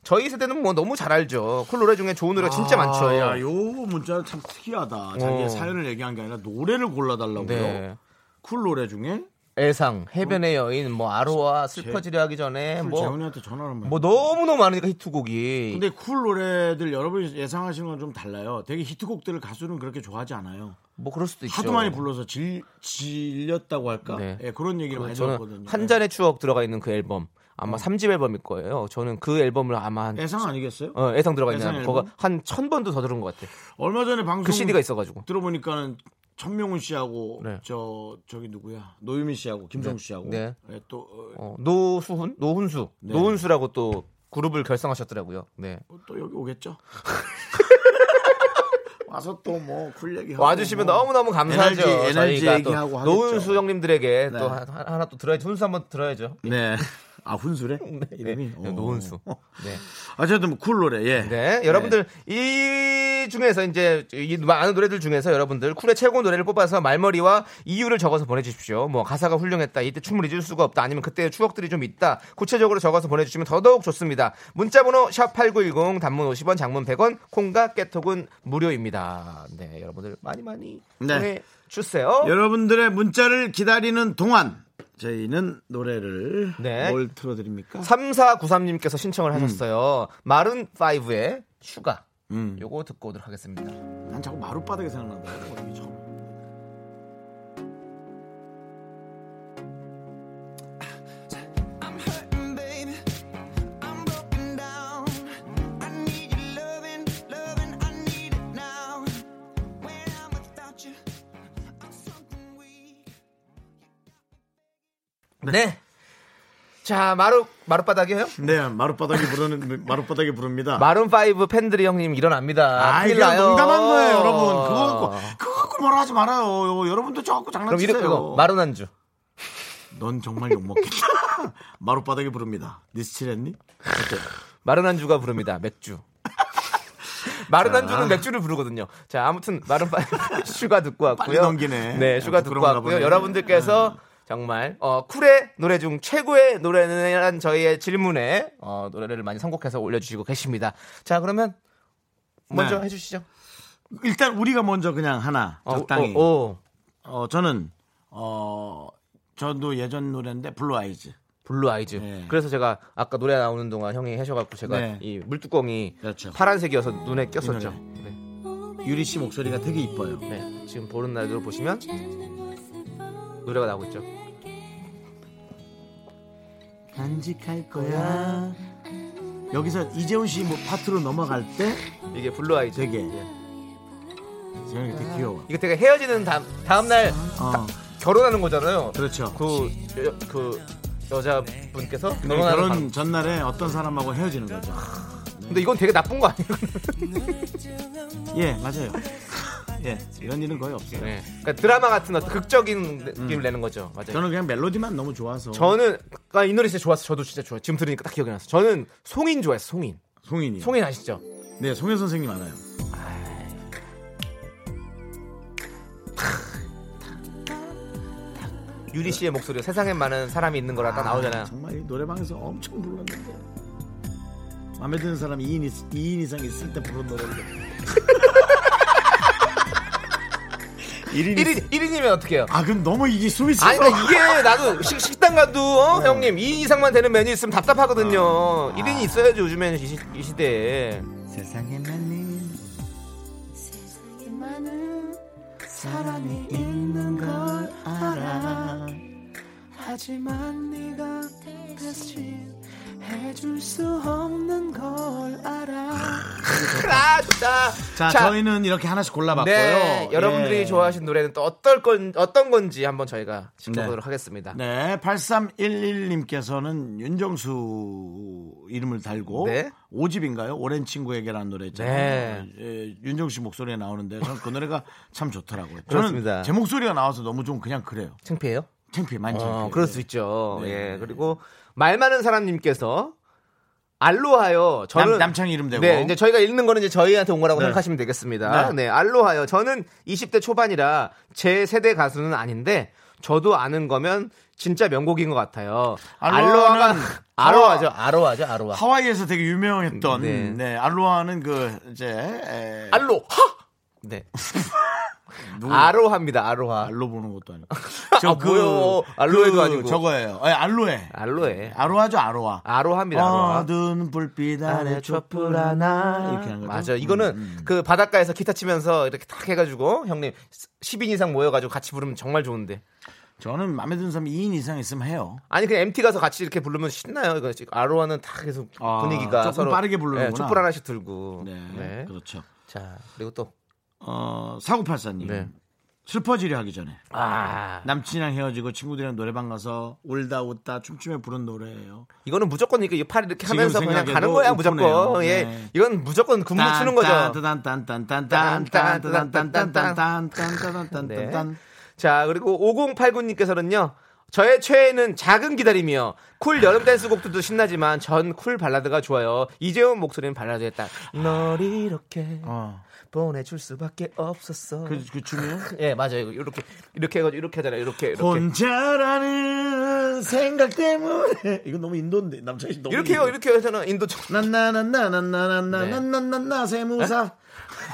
S2: 저희 세대는 뭐 너무 잘 알죠. 쿨 노래 중에 좋은 노래가 아, 진짜 많죠.
S1: 아, 야, 요 문자는 참 특이하다. 자기의
S2: 어.
S1: 사연을 얘기한 게 아니라 노래를 골라달라고요.
S2: 네.
S1: 쿨 노래 중에
S2: 애상, 해변의 여인, 뭐 아로아, 슬퍼지려 하기 전에
S1: 쿨
S2: 뭐,
S1: 재훈이한테 전화를 한번
S2: 뭐
S1: 해요.
S2: 너무너무 많으니까 히트곡이.
S1: 근데 쿨 노래들 여러분이 예상하시는 건 좀 달라요. 되게 히트곡들을 가수는 그렇게 좋아하지 않아요.
S2: 뭐 그럴 수도 있죠.
S1: 하도 많이 불러서 질, 질렸다고 할까?
S2: 네.
S1: 예, 그런 얘기를 많이
S2: 저는
S1: 들었거든요. 예. 어.
S2: 한 잔의 추억 들어가 있는 그 앨범. 아마 삼 3집 앨범일 거예요. 저는 그 앨범을 아마 한
S1: 예. 예상 아니겠어요?
S2: 어, 애상 들어가 있는
S1: 애상
S2: 앨범. 그거
S1: 앨범?
S2: 한천 번도 더 들은 것 같아.
S1: 얼마 전에 방송
S2: 그 CD가 있어가지고.
S1: 들어보니까는 천명훈 씨하고
S2: 네.
S1: 저 저기 누구야 노유민 씨하고 김정수 씨하고
S2: 네.
S1: 예, 또 어,
S2: 어, 노수훈, 노훈수,
S1: 네.
S2: 노훈수라고 또 그룹을 결성하셨더라고요. 네.
S1: 또 여기 오겠죠? 와서 또 뭐 쿨 얘기
S2: 와주시면 너무너무 감사하죠.
S1: NRG
S2: 저희가 또
S1: 뭐 얘기하고 하겠죠.
S2: 노은수 형님들의
S1: 네.
S2: 또 하- 하나 또 들어야죠. 훈수 한번 들어야죠.
S1: 네. 아 훈수래?
S2: 네,
S1: 이름이 어.
S2: 네, 노은수. 네.
S1: 어쨌든 뭐쿨 노래. 예.
S2: 네, 여러분들 이 중에서 이제 이 많은 노래들 중에서 여러분들 쿨의 최고 노래를 뽑아서 말머리와 이유를 적어서 보내주십시오. 뭐 가사가 훌륭했다, 이때 춤을 잊을 수가 없다, 아니면 그때의 추억들이 좀 있다. 구체적으로 적어서 보내주시면 더더욱 좋습니다. 문자번호 샵 #8910 단문 50원, 장문 100원, 콩과 깨톡은 무료입니다. 네, 여러분들 많이 많이
S1: 네.
S2: 보내주세요.
S1: 여러분들의 문자를 기다리는 동안 저희는 노래를
S2: 네.
S1: 뭘 틀어 드립니까?
S2: 3493님께서 신청을 하셨어요.
S1: 음.
S2: 마룬 5의 슈가. 요거 듣고 오도록 하겠습니다.
S1: 난 자꾸 마룻바닥에 생각난다. 이거 이게 처음.
S2: 네. 자, 마루 마룻바닥이에요?
S1: 네, 마룻바닥에 부르는 마룻바닥에 부릅니다.
S2: 아. 마룬 5 팬들이 형님 일어납니다.
S1: 아,
S2: 큰일
S1: 이게
S2: 나요. 어.
S1: 농담한 거예요, 여러분. 그거 갖고, 그거 갖고 뭐라 하지 말아요. 요, 여러분도 저 갖고
S2: 그럼
S1: 장난치세요.
S2: 이거, 이거 마룬 안주.
S1: 넌 정말 욕먹겠다. 마룻바닥에 부릅니다. 니스칠했니?
S2: 마룬 안주가 부릅니다. 맥주. 마룬
S1: 아.
S2: 안주는 맥주를 부르거든요. 자, 아무튼 마룬 5 슈가 듣고 왔고요.
S1: 빨리 넘기네.
S2: 네,
S1: 아,
S2: 슈가 듣고
S1: 부끄러운가
S2: 왔고요.
S1: 보네. 음.
S2: 여러분들께서 정말 어, 쿨의 노래 중 최고의 노래는 저희의 질문에 어, 노래를 많이 선곡해서 올려주시고 계십니다. 자, 그러면 먼저
S1: 네.
S2: 해주시죠.
S1: 일단 우리가 먼저 그냥 하나
S2: 어,
S1: 적당히. 어,
S2: 어, 어.
S1: 저는 어 저도 예전 노래인데 블루 아이즈.
S2: 블루 아이즈.
S1: 네.
S2: 그래서 제가 아까 노래 나오는 동안 형이 해셔갖고 제가
S1: 네.
S2: 이 물뚜껑이
S1: 그렇죠.
S2: 파란색이어서 눈에 꼈었죠.
S1: 이
S2: 네.
S1: 유리 씨 목소리가 되게 이뻐요.
S2: 네. 지금 보는 날로 보시면
S3: 젊은 모습 보여.
S2: 노래가 나오고 있죠.
S1: 간직할 거야. 여기서 이재훈 씨 뭐 파트로 넘어갈 때
S2: 이게 블루 아이즈.
S1: 되게.
S2: 예.
S1: 저는 되게 귀여워.
S2: 이게 되게 헤어지는 다음 다음 날
S1: 어,
S2: 결혼하는 거잖아요.
S1: 그렇죠.
S2: 그, 여, 그 여자분께서
S1: 근데
S2: 결혼하는
S1: 네, 결혼
S2: 방-
S1: 전날에 어떤 사람하고 헤어지는 거죠.
S2: 근데 이건 되게 나쁜 거 아니에요?
S1: 예, 맞아요. 예, 이런 일은 거의 없어요.
S2: 네. 그러니까 드라마 같은 어떤 극적인 느낌을 내는 거죠. 맞아요. 저는
S1: 음. 저는 그냥 멜로디만 너무 좋아서.
S2: 아, 이 노래 진짜 좋았어. 저도 진짜 좋아. 지금 들으니까 딱 기억이 나서. 저는 송인 좋아했어. 송인.
S1: 송인이. 요
S2: 송인 아시죠?
S1: 네, 송혜 선생님 알아요.
S2: 유리 씨의 목소리가 세상에 많은 사람이 있는 거라 딱 나오잖아요.
S1: 정말 이 노래방에서 엄청 불렀는데. 마음에 드는 사람이 2인, 있, 2인 이상 있을 때 부른 노래인데. 1인,
S2: 1인, 1인이면 어떡해요?
S1: 아, 그럼 너무 이게 숨이 차서
S2: 아니, 그러니까 이게 나도 식, 식당 가도, 어? 형님, 2인 이상만 되는 메뉴 있으면 답답하거든요. 1인이 있어야지, 요즘에는 이, 시, 이 시대에.
S1: 세상에 많은 사랑이 있는 걸 알아 하지만 네가 대신 해줄 수 없는 걸 알아
S2: 아, 좋다.
S1: 자, 저희는 이렇게 하나씩 골라봤고요
S2: 네, 여러분들이
S1: 예.
S2: 좋아하신 노래는 또 어떨 건 어떤 건지 한번 저희가 지켜보도록 하겠습니다.
S1: 네, 8311님께서는 윤정수 이름을 달고
S2: 네.
S1: 오집인가요 오랜 친구에게라는 노래 있잖아요.
S2: 네.
S1: 예, 윤정수 씨 목소리에 나오는데 저는 그 노래가 참 좋더라고요. 저는
S2: 그렇습니다.
S1: 제 목소리가 나와서 너무 좀 그냥 그래요.
S2: 창피해요?
S1: 창피해, 많이 창피해.
S2: 어, 그럴 수 있죠.
S1: 네.
S2: 예. 그리고 말 많은 사람님께서 알로하요. 저는
S1: 남- 남창희 이름 대고. 네.
S2: 네, 이제 저희가 읽는 거는 이제 저희한테 온 거라고 생각하시면 되겠습니다. 네. 알로하요. 저는 20대 초반이라 제 세대 가수는 아닌데 저도 아는 거면 진짜 명곡인 것 같아요. 알로하가
S1: 알로하는
S2: 아로하죠. 아로하죠. 아로하.
S1: 하와이에서 되게 유명했던
S2: 네.
S1: 네. 알로하는 그 이제 예, 에,
S2: 알로하. 네.
S1: 음.
S2: 아로하입니다. 아로하.
S1: 알로 보는 것도 아니고 그
S2: 아, 뭐요? 알로에도 아니고.
S1: 저거예요. 아니, 알로에
S2: 알로에.
S1: 아로하죠 아로하.
S2: 아로하입니다. 아로하.
S1: 어두운 불빛 아래 촛불 하나 이렇게 하는 거죠. 음,
S2: 맞아. 이거는 그 바닷가에서 기타 치면서 이렇게 탁 해가지고 형님 10인 이상 모여가지고 같이 부르면 정말 좋은데.
S1: 저는 마음에 드는 사람이 2인 이상 있으면 해요.
S2: 아니 그냥 MT 가서 같이 이렇게 부르면 신나요. 이거 지금 아로하는 탁 계속
S1: 아,
S2: 분위기가
S1: 조금
S2: 서로
S1: 빠르게 부르는구나.
S2: 네, 촛불 하나씩 들고.
S1: 네,
S2: 네.
S1: 그렇죠.
S2: 자 그리고 또
S1: 어, 사고팔사님
S2: 네.
S1: 슬퍼지려 하기 전에
S2: 아,
S1: 남친이랑 헤어지고 친구들이랑 노래방 가서 울다 웃다 춤추며 부른 노래예요.
S2: 이거는 무조건 이게 팔 이렇게
S1: 지금
S2: 하면서 그냥
S1: 생각해도
S2: 가는 거야 무조건.
S1: 오픈해요.
S2: 예,
S1: 네.
S2: 이건 무조건 군무 추는 거죠. 네.
S1: 딴딴딴딴딴딴딴딴딴딴딴딴딴딴딴딴
S2: 자, 그리고 5089님께서는요. 저의 최애는 작은 기다림이요. 쿨 여름 댄스 곡들도 신나지만 전 쿨 발라드가 좋아요. 이재훈 목소리는 발라드에 딱. 널 이렇게
S1: 어.
S2: 보내줄 수밖에 없었어.
S1: 그, 그 춤이요?
S2: 예, 맞아요. 이렇게, 이렇게 해가지고, 이렇게 하잖아요. 이렇게, 이렇게.
S1: 혼자라는 생각 때문에 이건 너무 인도인데 남자이 너무
S2: 이렇게 해요. 이렇게 해서는 인도 쪽. 네.
S1: 난나나나나나나나나나나 세무사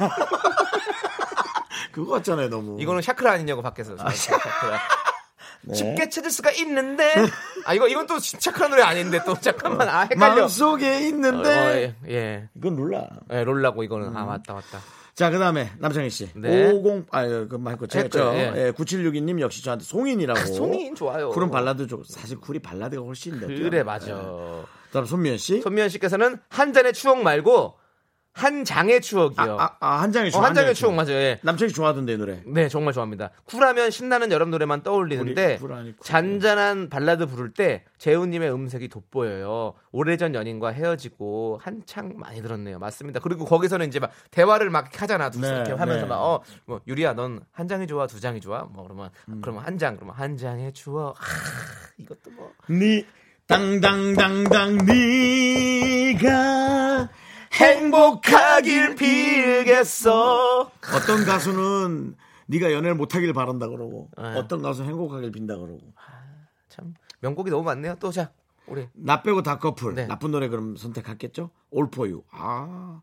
S1: 그거 같잖아요 너무
S2: 이거는 샤크라 아니냐고 밖에서. 아, 샤크라. 쉽게 찾을 수가 있는데. 아, 이거, 이건 또 샤크라 노래 아닌데 또. 잠깐만. 아, 헷갈려.
S1: 마음속에
S2: 어,
S1: 있는데
S2: 예, 예.
S1: 이건 몰라
S2: 예, 롤라고 이거는. 아, 맞다, 맞다.
S1: 자 그다음에 남창희 씨
S2: 네.
S1: 50 아유 그 말고 제가
S2: 했죠,
S1: 했죠
S2: 예.
S1: 예, 9762님 역시 저한테 송인이라고
S2: 송인 좋아요.
S1: 쿨은 발라드 쪽 사실 쿨이 발라드가 훨씬 더
S2: 그래 맞아.
S1: 그다음 손미연 씨
S2: 네. 손미연 씨께서는 한 잔의 추억 말고 한 장의 추억이요.
S1: 아, 아, 한 장의
S2: 어,
S1: 추억
S2: 한 장의 추억 맞아요. 예.
S1: 남창희 좋아하던데 이 노래
S2: 네 정말 좋아합니다. 쿨하면 신나는 여름 노래만 떠올리는데
S1: 쿨이- 쿨하니 쿨.
S2: 잔잔한 발라드 부를 때 재훈님의 음색이 돋보여요. 오래전 연인과 헤어지고 한창 많이 들었네요. 맞습니다. 그리고 거기서는 이제 막 대화를 막 하잖아. 둘이서
S1: 네,
S2: 이렇게 하면서
S1: 네.
S2: 막어 뭐, 유리야 넌 한 장이 좋아 두 장이 좋아 뭐 그러면
S1: 음.
S2: 그러면 한 장 그러면 한 장의 추억 아, 이것도 뭐
S1: 니 땅땅땅땅 니가
S2: 행복하길 빌겠어.
S1: 어떤 가수는 네가 연애를 못하길 바란다 그러고
S2: 네.
S1: 어떤 가수는 행복하길 빈다 그러고
S2: 참 명곡이 너무 많네요. 또 자, 우리
S1: 나 빼고 다 커플
S2: 네.
S1: 나쁜 노래 그럼 선택하겠죠? 올포유 아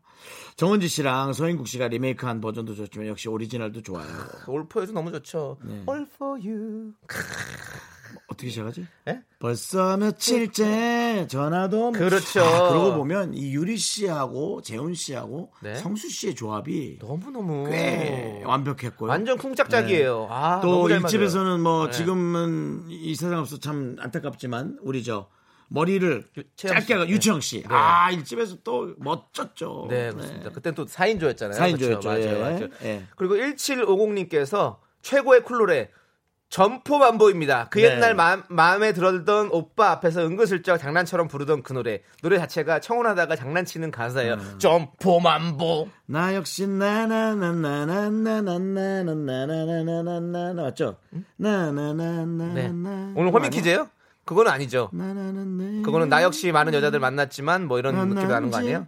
S1: 정은지 씨랑 서인국 씨가 리메이크한 버전도 좋지만 역시 오리지널도 좋아요 네.
S2: 올포유도 너무 좋죠. All for you.
S1: 어떻게 시작하지?
S2: 예?
S1: 벌써 며칠째 전화도 못-
S2: 그렇죠.
S1: 아, 그러고 보면 이 유리 씨하고 재훈 씨하고
S2: 네.
S1: 성수 씨의 조합이
S2: 너무너무
S1: 꽤 네. 완벽했고요. 네.
S2: 완전 쿵짝짝이에요. 아,
S1: 또
S2: 너무 잘
S1: 일집에서는 뭐
S2: 네.
S1: 지금은 이 세상 없어 참 안타깝지만 우리 저 머리를
S2: 유- 최영
S1: 짧게
S2: 씨.
S1: 하고
S2: 네.
S1: 유치영 씨.
S2: 네.
S1: 아 일집에서 또 멋졌죠.
S2: 맞아요. 네, 그렇습니다. 그땐 또 4인조였잖아요.
S1: 4인조였죠.
S2: 맞아요. 맞아요.
S1: 예.
S2: 그리고 1750님께서 최고의 쿨노래 점포만보입니다. 그
S1: 네.
S2: 옛날 마, 마음에 들었던 오빠 앞에서 은근슬쩍 장난처럼 부르던 그 노래. 노래 자체가 청혼하다가 장난치는 가사예요.
S1: 음.
S2: 점포만보.
S1: 나 역시 나나나나나나나나나나나나나나 맞죠? 나나나나나
S2: 네. 오늘 호민키즈예요? 그건 아니죠.
S1: 나나나나
S2: 그거는 나 역시 많은
S1: 음.
S2: 여자들 만났지만 뭐 이런
S1: 난
S2: 느낌 나는 거 아니에요?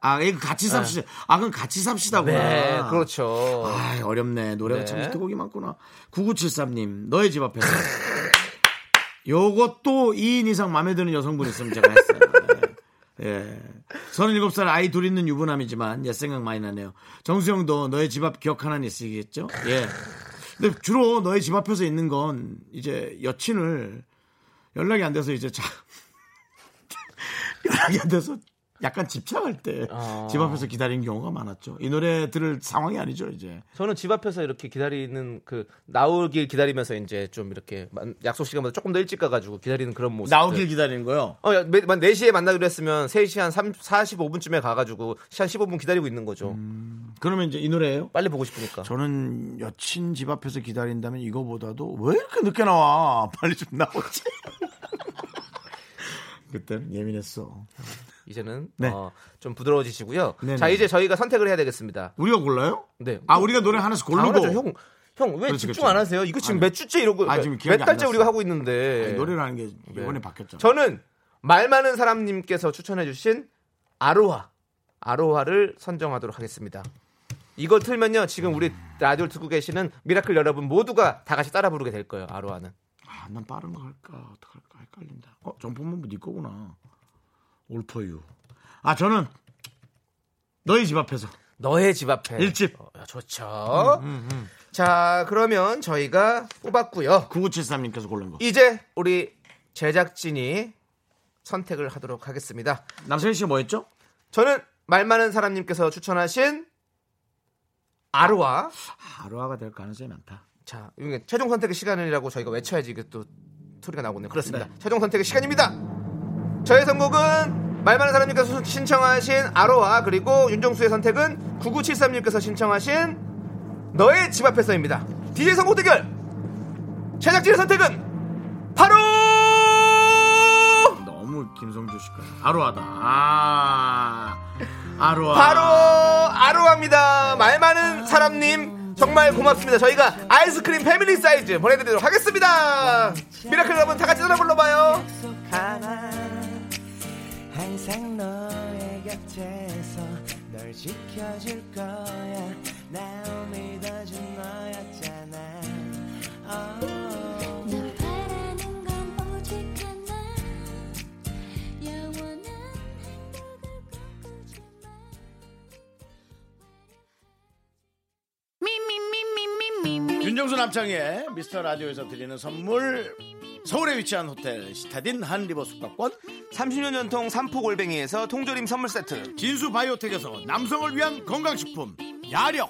S1: 아, 이거 같이 삽시다. 아, 그건 같이 삽시다구나.
S2: 네, 그렇죠.
S1: 아, 어렵네. 노래가
S2: 네.
S1: 참 히트곡이 많구나. 9973님, 너의 집 앞에서. 요것도 2인 이상 마음에 드는 여성분 있으면 제가 했어요. 예. 예. 37살 아이 둘 있는 유부남이지만 옛 생각 많이 나네요. 정수영도 너의 집 앞 기억하는 있으시겠죠? 예. 근데 주로 너의 집 앞에서 있는 건 이제 여친을 연락이 안 돼서 이제 자 연락이 안 돼서 약간 집착할 때 집
S2: 어.
S1: 앞에서 기다리는 경우가 많았죠. 이 노래 들을 상황이 아니죠, 이제.
S2: 저는 집 앞에서 이렇게 기다리는 그 나오길 기다리면서 이제 좀 이렇게 만- 약속 시간보다 조금 더 일찍 가가지고 기다리는 그런 모습.
S1: 나오길 기다리는 거요.
S2: 어, 야, 매- 만 4시에 만나기로 했으면 3시 한 3, 45분쯤에 가가지고 시한 15분 기다리고 있는 거죠.
S1: 그러면 이제 이 노래예요?
S2: 빨리 보고 싶으니까.
S1: 음. 저는 여친 집 앞에서 기다린다면 이거보다도 왜 이렇게 늦게 나와? 빨리 좀 나오지. 그때는 예민했어.
S2: 이제는
S1: 네.
S2: 어, 좀 부드러워지시고요.
S1: 네네.
S2: 자, 이제 저희가 선택을 해야 되겠습니다.
S1: 우리가 골라요?
S2: 네.
S1: 아 우리가 노래 하나씩 고르고
S2: 당연하죠. 형, 형, 왜
S1: 그렇지,
S2: 집중
S1: 그렇지.
S2: 안 하세요? 이거 지금
S1: 아니.
S2: 몇 주째 이러고,
S1: 아, 지금 기억이
S2: 몇
S1: 안
S2: 달째
S1: 났어.
S2: 우리가 하고 있는데.
S1: 아니, 네, 노래를 하는 게 이번에 바뀌었죠.
S2: 저는 말 많은 사람님께서 추천해주신 아로하 아로하를 선정하도록 하겠습니다. 이거 틀면요 지금 우리 라디오를 듣고 계시는 미라클 여러분 모두가 다 같이 따라 부르게 될 거예요. 아로하는
S1: 아, 난 빠른 거 할까? 어떡할까? 헷갈린다. 어, 점프만 네 거구나. 올퍼유. 아, 저는 너희 집 앞에서
S2: 너의 집 앞에
S1: 일집.
S2: 어, 좋죠. 자 그러면 저희가 뽑았고요.
S1: 9973님께서 고른 거.
S2: 이제 우리 제작진이 선택을 하도록 하겠습니다.
S1: 남성희 씨가 뭐였죠?
S2: 저는 말 많은 사람님께서 추천하신 아로하
S1: 하루아가 될 가능성이 많다.
S2: 자, 이게 최종 선택의 시간이라고 저희가 외쳐야지 이게 또 소리가 나오네요. 그렇습니다. 최종 선택의 시간입니다. 저의 선곡은 말 많은 사람님께서 신청하신 아로와 그리고 윤정수의 선택은 9973님께서 신청하신 너의 집 앞에서입니다. DJ 선곡 대결 제작진의 선택은 바로
S1: 너무 김성주 씨가 하루아다. 아. 하루아.
S2: 바로 아로합니다. 말 많은 사람님 정말 고맙습니다. 저희가 아이스크림 패밀리 사이즈 보내드리도록 하겠습니다. 미라클 여러분 다 같이 노래 불러봐요.
S4: 항상 너의 곁에서 널 지켜줄 거야 나 믿어준 너였잖아
S3: 나 바라는 건 오직 하나 영원한 행복을 꿈꾸지만
S1: 윤정수 남창의 미스터 라디오에서 드리는 선물. 서울에 위치한 호텔 시타딘 한 리버 숙박권.
S2: 30년 전통 삼포골뱅이에서 통조림 선물 세트
S1: 진수 바이오텍에서 남성을 위한 건강식품. 야력.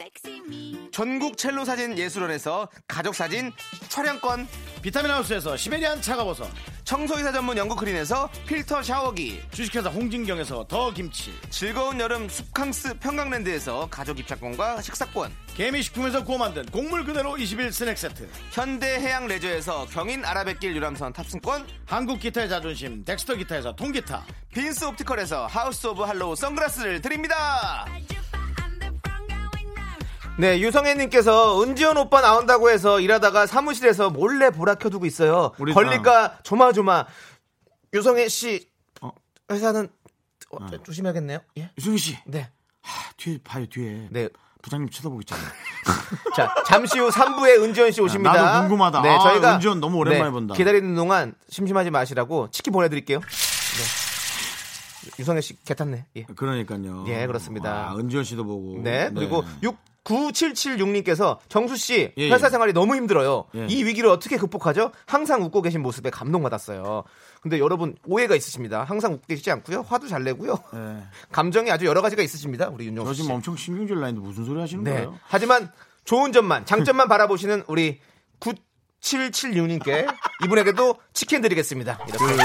S2: 전국 첼로 사진 예술원에서 가족 사진 촬영권
S1: 비타민 하우스에서 시베리안 차가워서
S2: 청소이사 전문 영국 크린에서 필터 샤워기
S1: 주식회사 홍진경에서 더 김치.
S2: 즐거운 여름 숲캉스 평강랜드에서 가족 입장권과 식사권
S1: 개미식품에서 구워 만든 곡물 그대로 21 스낵 세트
S2: 현대해양 레저에서 경인 아라뱃길 유람선 탑승권
S1: 한국 기타의 자존심 덱스터 기타에서 통기타
S2: 빈스 옵티컬에서 하우스 오브 할로우 선글라스를 드립니다 네, 유성애님께서 은지원 오빠 나온다고 해서 일하다가 사무실에서 몰래 보라 켜두고 있어요.
S1: 우리
S2: 걸릴까 조마조마. 유성애 씨
S1: 어.
S2: 회사는 어, 조심해야겠네요. 예.
S1: 유승희씨
S2: 네.
S1: 아, 뒤에 봐요 뒤에
S2: 네.
S1: 부장님 쳐다보고 있잖아요
S2: 자, 잠시 후 3부에 은지원 씨 오십니다.
S1: 네, 나도 궁금하다. 아, 은지원 너무 오랜만에
S2: 네,
S1: 본다.
S2: 기다리는 동안 심심하지 마시라고 치킨 보내드릴게요. 네. 유성애 씨 개탔네. 예.
S1: 그러니까요
S2: 예, 그렇습니다.
S1: 아, 은지원 씨도 보고
S2: 네. 그리고 6 9776님께서 정수 씨
S1: 예,
S2: 회사
S1: 예.
S2: 생활이 너무 힘들어요.
S1: 예.
S2: 이 위기를 어떻게 극복하죠? 항상 웃고 계신 모습에 감동받았어요. 근데 여러분 오해가 있으십니다. 항상 웃고 계시지 않고요. 화도 잘 내고요.
S1: 예.
S2: 감정이 아주 여러 가지가 있으십니다. 우리
S1: 저
S2: 윤정수 씨.
S1: 지금 엄청 신경질 나는데 무슨 소리 하시는
S2: 네.
S1: 거예요?
S2: 하지만 좋은 점만 장점만 바라보시는 우리 9776님께 이분에게도 치킨 드리겠습니다. 이렇게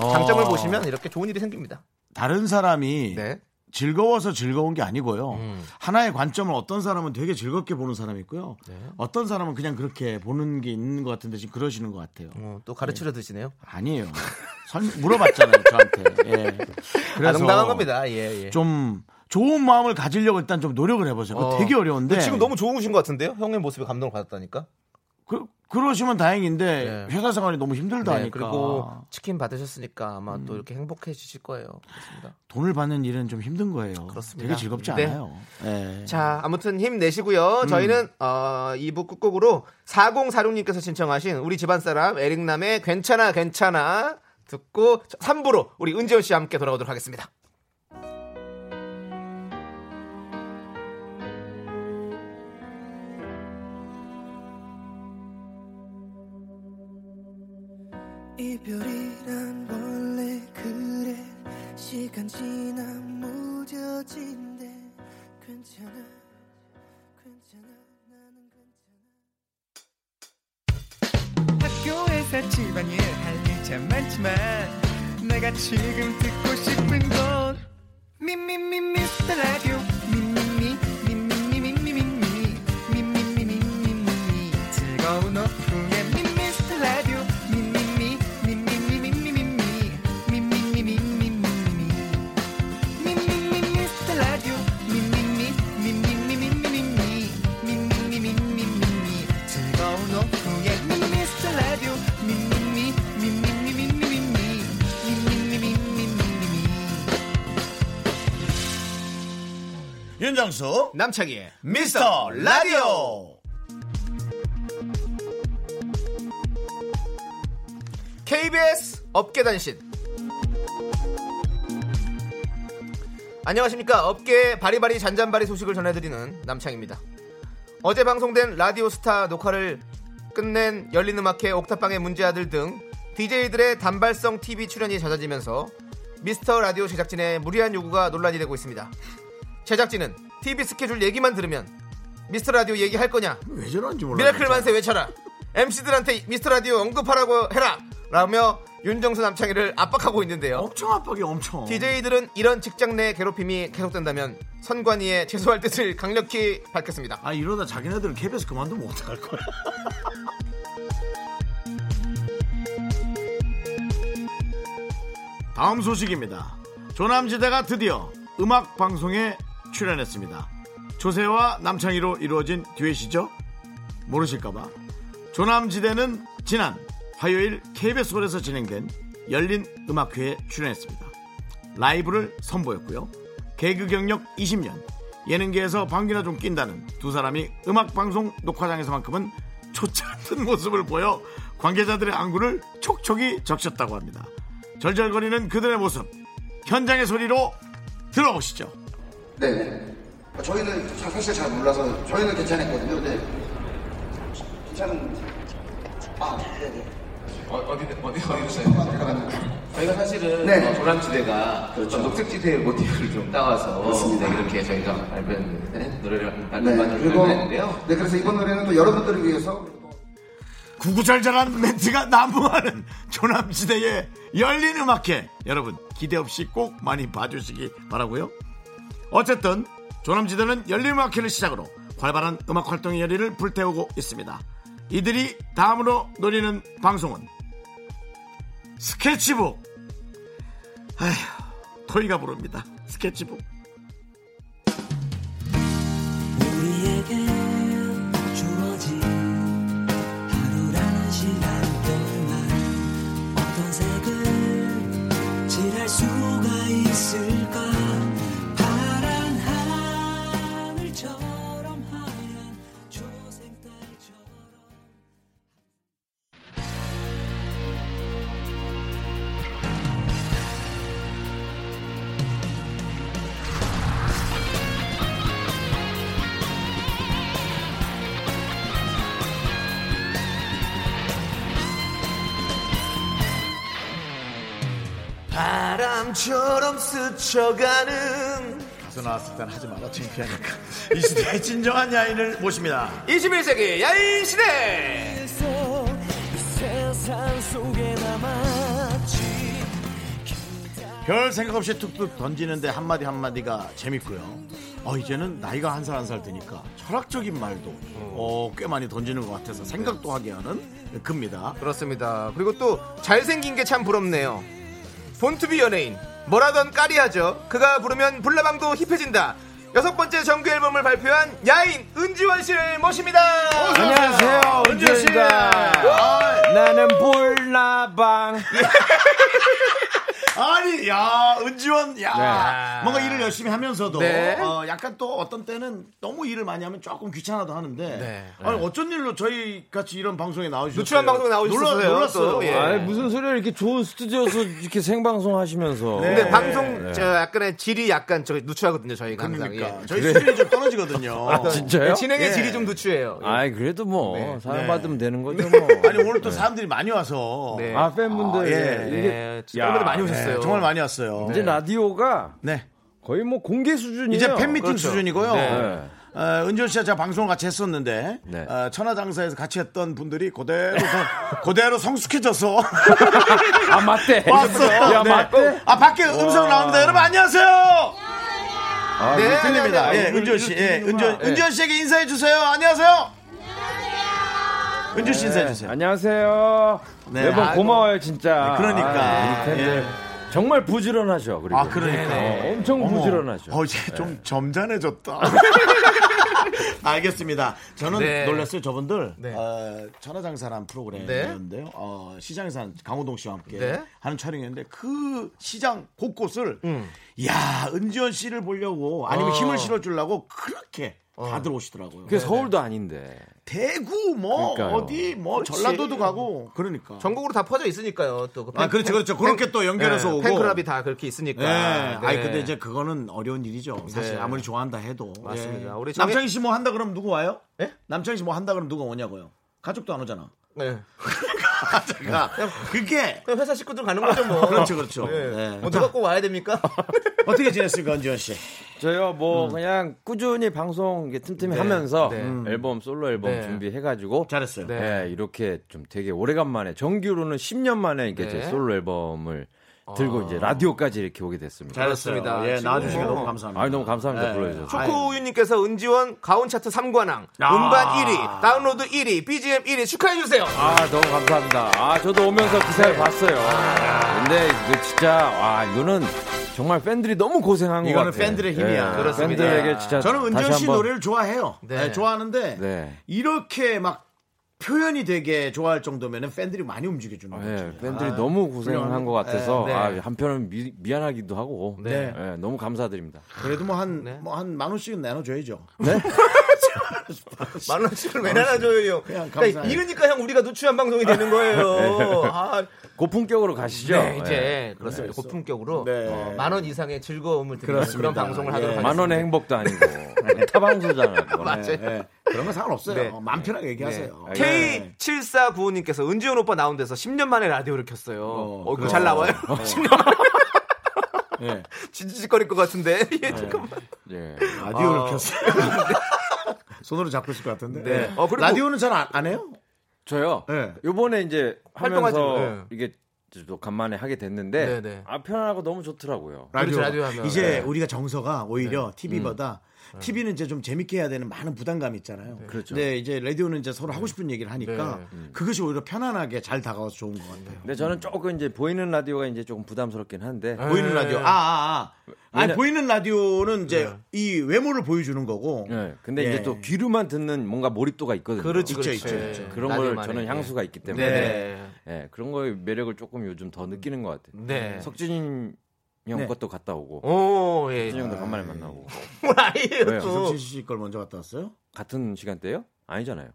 S2: 장점을
S1: 어,
S2: 보시면 이렇게 좋은 일이 생깁니다.
S1: 다른 사람이
S2: 네. 음.
S1: 즐거워서 즐거운 게 아니고요. 하나의 관점을 어떤 사람은 되게 즐겁게 보는 사람이 있고요.
S2: 네.
S1: 어떤 사람은 그냥 그렇게 보는 게 있는 것 같은데 지금 그러시는 것 같아요.
S2: 어, 또 가르치려 드시네요.
S1: 아니에요. 설- 물어봤잖아요, 저한테. 예. 그래서
S2: 아름다운 겁니다. 예, 예.
S1: 좀 좋은 마음을 가지려고 일단 좀 노력을 해보세요. 그거
S2: 어.
S1: 되게 어려운데.
S2: 지금 너무 좋으신 것 같은데요? 형의 모습에 감동을 받았다니까.
S1: 그, 그러시면 다행인데 회사 생활이 너무 힘들다
S2: 네,
S1: 하니까. 음.
S2: 그리고 치킨 받으셨으니까 아마 또 이렇게 행복해지실 거예요. 그렇습니다.
S1: 돈을 받는 일은 좀 힘든 거예요.
S2: 그렇습니다.
S1: 되게 즐겁지
S2: 네.
S1: 않아요. 예.
S2: 자, 아무튼 힘내시고요.
S1: 음.
S2: 저희는 어, 2부 끝곡으로 4046님께서 신청하신 우리 집안 사람 에릭남의 괜찮아 괜찮아 듣고 3부로 우리 은지원 씨와 함께 돌아오도록 하겠습니다.
S4: 이별이란 원래 그래 시간 지나 무뎌진대 괜찮아 괜찮아 나는 괜찮아 학교에서 집안일 할 일 참 많지만 내가 지금 듣고 싶은 건 미미미 미스터 라디오 미미미 미미미 미미미 미미미 미미미 미미미 즐거운 오후
S1: 윤정수
S2: 남창희의
S1: 미스터 라디오
S2: KBS 업계단신 안녕하십니까 업계 바리바리 잔잔바리 소식을 전해드리는 남창입니다 어제 방송된 라디오스타 녹화를 끝낸 열린음악회 옥탑방의 문제아들 등 DJ들의 단발성 TV 출연이 잦아지면서 미스터 라디오 제작진의 무리한 요구가 논란이 되고 있습니다 제작진은 TV 스케줄 얘기만 들으면 미스터 라디오 얘기할 거냐
S1: 왜 저런지 몰라.
S2: 미라클 만세 외쳐라. MC들한테 미스터 라디오 언급하라고 해라. 라며 윤정수 남창희를 압박하고 있는데요.
S1: 엄청 압박이 엄청.
S2: DJ들은 이런 직장 내 괴롭힘이 계속된다면 선관위에 최소할 뜻을 강력히 밝혔습니다.
S1: 아 이러다 자기네들은 KBS 그만도 못 갈 거야. 다음 소식입니다. 조남지대가 드디어 음악 방송에 출연했습니다. 조세와 남창희로 이루어진 듀엣이죠? 모르실까봐. 조남지대는 지난 화요일 KBS 홀에서 진행된 열린 음악회에 출연했습니다. 라이브를 선보였고요. 개그 경력 20년, 예능계에서 방귀나 좀 낀다는 두 사람이 음악방송 녹화장에서만큼은 초짜는 모습을 보여 관계자들의 안구를 촉촉이 적셨다고 합니다. 절절거리는 그들의 모습, 현장의 소리로 들어보시죠.
S5: 네. 저희는 사- 사실 잘 몰라서 저희는 괜찮았거든요. 네. 괜찮은. 아, 네, 네.
S6: 어, 어디 어디 어디서요? 저희가 사실은
S5: 네. 그렇죠.
S6: 어, 조남지대가 어, 녹색지대의 모티브를 좀 따와서 네, 이렇게 저희가 발표했는데 노래를
S5: 네.
S6: 만들만들
S5: 그리고
S6: 했는데요.
S5: 네, 그래서 이번 노래는 또 여러분들을 위해서 그리고 또
S1: 구구절절한 멘트가 난무하는 조남지대의 열린 음악회 여러분 기대 없이 꼭 많이 봐주시기 바라고요. 어쨌든 조남지대는 열린 음악회를 시작으로 활발한 음악 활동의 열의를 불태우고 있습니다. 이들이 다음으로 노리는 방송은 스케치북. 아휴, 토이가 부릅니다. 스케치북.
S4: 우리에게 주어진 하루라는 시간 동안 어떤 색을 칠할 수가 있을까 파란 하늘처럼 하얀 조생딸처럼
S2: KBS 바람처럼 스쳐가는
S1: 가서 나왔을 땐 하지 마라 창피하니까 이 시대의 진정한 야인을 모십니다
S2: 21세기 야인 시대
S1: 별 생각 없이 툭툭 던지는데 한마디 한마디가 재밌고요. 어, 이제는 나이가 한 살 한 살 드니까 철학적인 말도 어, 꽤 많이 던지는 것 같아서 생각도 하게 하는 겁니다.
S2: 그렇습니다 그리고 또 잘생긴 게 참 부럽네요 본투비 연예인 뭐라던 까리하죠 그가 부르면 불나방도 힙해진다 여섯 번째 정규 앨범을 발표한 야인 은지원 씨를 모십니다
S7: 안녕하세요,
S1: 아,
S7: 은지원입니다. 나는 볼라방.
S1: 아니, 야, 은지원, 야,
S2: 네.
S1: 뭔가 일을 열심히 하면서도
S2: 네.
S1: 어, 약간 또 어떤 때는 너무 일을 많이 하면 조금 귀찮아도 하는데
S2: 네.
S1: 아니 어쩐 일로 저희 같이 이런 방송에 나오셨어요?
S2: 누추한 방송에 나오셨어요,
S1: 놀라- 놀랐어요.
S2: 또, 예.
S1: 아,
S2: 네.
S8: 아이, 무슨 소리야 이렇게 좋은 스튜디오에서 이렇게 생방송 하시면서
S2: 근데
S1: 네.
S2: 방송 저 약간의 질이 약간 저 누추하거든요 저희가 항상
S1: 그러니까
S2: 예.
S1: 저희 수준이 좀 떨어지거든요.
S2: 어떤-
S8: 진짜요?
S2: 예, 진행의
S1: 예.
S2: 질이 좀 누추해요 예.
S8: 아이 그래도 뭐
S2: 네.
S8: 사랑받으면 되는 거죠 뭐
S1: 아니 오늘 또 사람들이 많이 와서
S2: 네.
S8: 아 팬분들
S1: 아, 예.
S8: 이게
S2: 네, 진짜 팬분들 많이 오셨어요.
S1: 네, 정말 많이 왔어요.
S8: 이제 라디오가
S1: 네.
S8: 거의 뭐 공개 수준이에요
S1: 이제 팬미팅
S2: 그렇죠.
S1: 수준이고요.
S8: 네.
S1: 어, 은지원 씨와 제가 방송을 같이 했었는데
S8: 네.
S1: 어, 천하장사에서 같이 했던 분들이 그대로 더- 그대로 성숙해져서
S8: 아 맞대
S1: 왔어요.
S8: 야
S1: 네.
S8: 맞대
S1: 아 밖에 음성 나옵니다. 여러분 안녕하세요.
S8: 아,
S2: 네,
S1: 틀립니다.
S2: 네,
S1: 예,
S2: 네.
S1: 은지원 씨, 예, 은지원
S8: 네.
S1: 은지원 씨에게 인사해 주세요. 안녕하세요. 은지원 씨 인사해 주세요.
S8: 안녕하세요
S1: 네.
S8: 아, 매번
S1: 아이고.
S8: 고마워요 진짜
S1: 네, 그러니까.
S8: 아, 우리 팬들 정말 부지런하셔 그리고
S1: 아, 그러니까.
S8: 어, 엄청
S1: 어머,
S8: 부지런하셔
S1: 어, 이제 좀 점잖해졌다. 알겠습니다. 저는
S2: 네.
S1: 놀랐어요. 저분들
S2: 네.
S1: 어, 천하장사라는 프로그램이었는데요. 어, 시장에서 한 강호동 씨와 함께
S2: 네.
S1: 하는 촬영이었는데 그 시장 곳곳을 야 은지원 씨를 보려고 아니면
S2: 음. 어. 네,
S1: 힘을 실어주려고 그렇게 다들 오시더라고요.
S8: 그게 서울도 아닌데
S1: 대구 뭐
S8: 그러니까요.
S1: 어디 뭐 전라도도 가고 그러니까.
S2: 전국으로 다 퍼져 있으니까요. 또. 그 네,
S1: 아, 그렇죠, 그렇죠. 그렇게 또 연결해서 오고.
S2: 팬클럽이 다 그렇게 있으니까.
S1: 예. 아니
S2: 네.
S1: 근데 이제 그거는 어려운 일이죠. 사실
S2: 네.
S1: 아무리 좋아한다 해도.
S2: 맞습니다. 우리 저기-
S1: 남창희 씨 뭐 한다 그러면 누구 와요?
S2: 예?
S1: 남창희 씨 뭐 한다 그러면 누가 오냐고요? 가족도 안 오잖아.
S2: 네.
S1: 그러니까 그게
S2: 그냥 회사 식구들 가는 거죠 뭐.
S1: 그렇죠, 그렇죠.
S2: 예.
S1: 네.
S2: 뭐 누가 꼭 와야 됩니까?
S1: 어떻게 지냈습니까, 은지원 씨?
S8: 저요 뭐 그냥 꾸준히 방송 이렇게 틈틈이 하면서
S2: 네.
S8: 음. 앨범 솔로 앨범
S2: 네.
S8: 준비해가지고
S1: 잘했어요.
S2: 네.
S8: 예, 이렇게 좀 되게 오래간만에 정규로는 10년 만에 이렇게
S2: 네.
S8: 제 솔로 앨범을 들고 이제 라디오까지 이렇게 오게 됐습니다.
S1: 아. 잘했어요.
S2: 그렇습니다.
S1: 예,
S2: 지금
S1: 나와주시고
S2: 뭐-
S1: 너무 감사합니다.
S8: 아니 너무 감사합니다
S1: 예.
S8: 불러주셔서.
S2: 초코우유님께서 은지원 가온 차트 3관왕,
S1: 아.
S2: 음반 1위, 다운로드 1위, BGM 1위 축하해주세요.
S8: 아 너무 감사합니다. 아 저도 오면서 기사를
S1: 네.
S8: 봤어요.
S1: 아.
S8: 근데 이거 진짜 와 이거는 정말 팬들이 너무 고생한 거
S1: 이거는
S8: 같아요. 예, 네.
S1: 팬들의 힘이야.
S2: 그렇습니다.
S8: 팬들에게 진짜
S1: 저는 은지원
S8: 다시
S1: 씨
S8: 한번-
S1: 노래를 좋아해요.
S2: 네.
S1: 예, 좋아하는데
S8: 네.
S1: 이렇게 막 표현이 되게 좋아할 정도면 팬들이 많이 움직여주는 거죠.
S8: 예, 팬들이 너무 고생을 한 것 같아서
S2: 아, 네, 네.
S8: 아, 한편은 미, 미안하기도 하고
S2: 네.
S8: 예, 너무 감사드립니다.
S1: 그래도 뭐 한
S2: 네.
S1: 뭐 한 만 원씩은 나눠줘야죠.
S2: 만원씩을 왜 나눠줘요, 형.
S1: 그냥
S2: 그러니까
S1: 감사해요.
S2: 이러니까 형 우리가 누추한 방송이 되는 거예요. 아,
S8: 고품격으로 가시죠.
S2: 네, 이제
S8: 예.
S2: 그렇습니다. 고품격으로 어,
S1: 네.
S2: 만원 이상의 즐거움을 드리는 그런 방송을 하도록
S1: 예.
S2: 하겠습니다. 네.
S8: 만 원의 행복도 아니고 타방수잖아요. 그거는.
S2: 맞아요.
S1: 예, 예. 그런 건 상관없어요.
S2: 네.
S1: 마음 편하게 얘기하세요. 네.
S2: K7495님께서 은지원 오빠 나온 데서 10년 만에 라디오를 켰어요. 어, 이거 잘 나와요? 10년
S1: 예.
S2: 지지직거릴 것 같은데. 예, 잠깐만.
S8: 예.
S1: 라디오를
S2: 아.
S1: 켰어요. 손으로 잡고 있을 것 같은데.
S2: 네.
S1: 예.
S2: 어, 그리고- 그렇죠.
S1: 라디오는 잘 안 해요?
S8: 저요.
S1: 예.
S8: 요번에 이제
S2: 활동하지,
S8: 하면서
S2: 예.
S8: 이게 또 간만에 하게 됐는데
S2: 네, 네.
S8: 아 편안하고 너무 좋더라고요.
S2: 그렇죠, 라디오 하면.
S1: 이제
S2: 네. 음.
S1: 우리가 정서가 오히려 TV보다 TV는 이제 좀 재밌게 해야 되는 많은 부담감이 있잖아요.
S2: 네.
S8: 그렇죠.
S1: 근데 이제 라디오는 이제 서로 하고 싶은 얘기를 하니까
S2: 음.
S1: 그것이 오히려 편안하게 잘 다가와서 좋은 것 같아요.
S2: 네.
S8: 근데 저는 조금 이제 보이는 라디오가 이제 조금 부담스럽긴 한데
S1: 보이는 라디오.
S2: 네.
S1: 아, 아, 아. 아니,
S8: 왜냐-
S1: 보이는 라디오는 이제 이 외모를 보여주는 거고.
S2: 네.
S8: 예. 근데
S1: 예.
S8: 이제 또 귀로만 듣는 뭔가 몰입도가 있거든요.
S2: 그렇지,
S1: 있죠,
S2: 그렇지.
S1: 있죠, 있죠.
S8: 네. 그런 걸
S2: 라디오만의,
S8: 저는
S2: 예.
S8: 향수가 있기 때문에
S2: 네.
S8: 예, 그런 거의 매력을 조금 요즘 더 느끼는 것 같아요.
S2: 네.
S8: 석진님 형
S1: 네.
S8: 것도 갔다 오고
S2: 오, 예.
S8: 석진 형도 간만에 만나고
S2: 아니에요.
S8: 왜요?
S2: 또.
S1: 김성진 씨걸 먼저 갔다 왔어요?
S8: 같은 시간대요? 아니잖아요.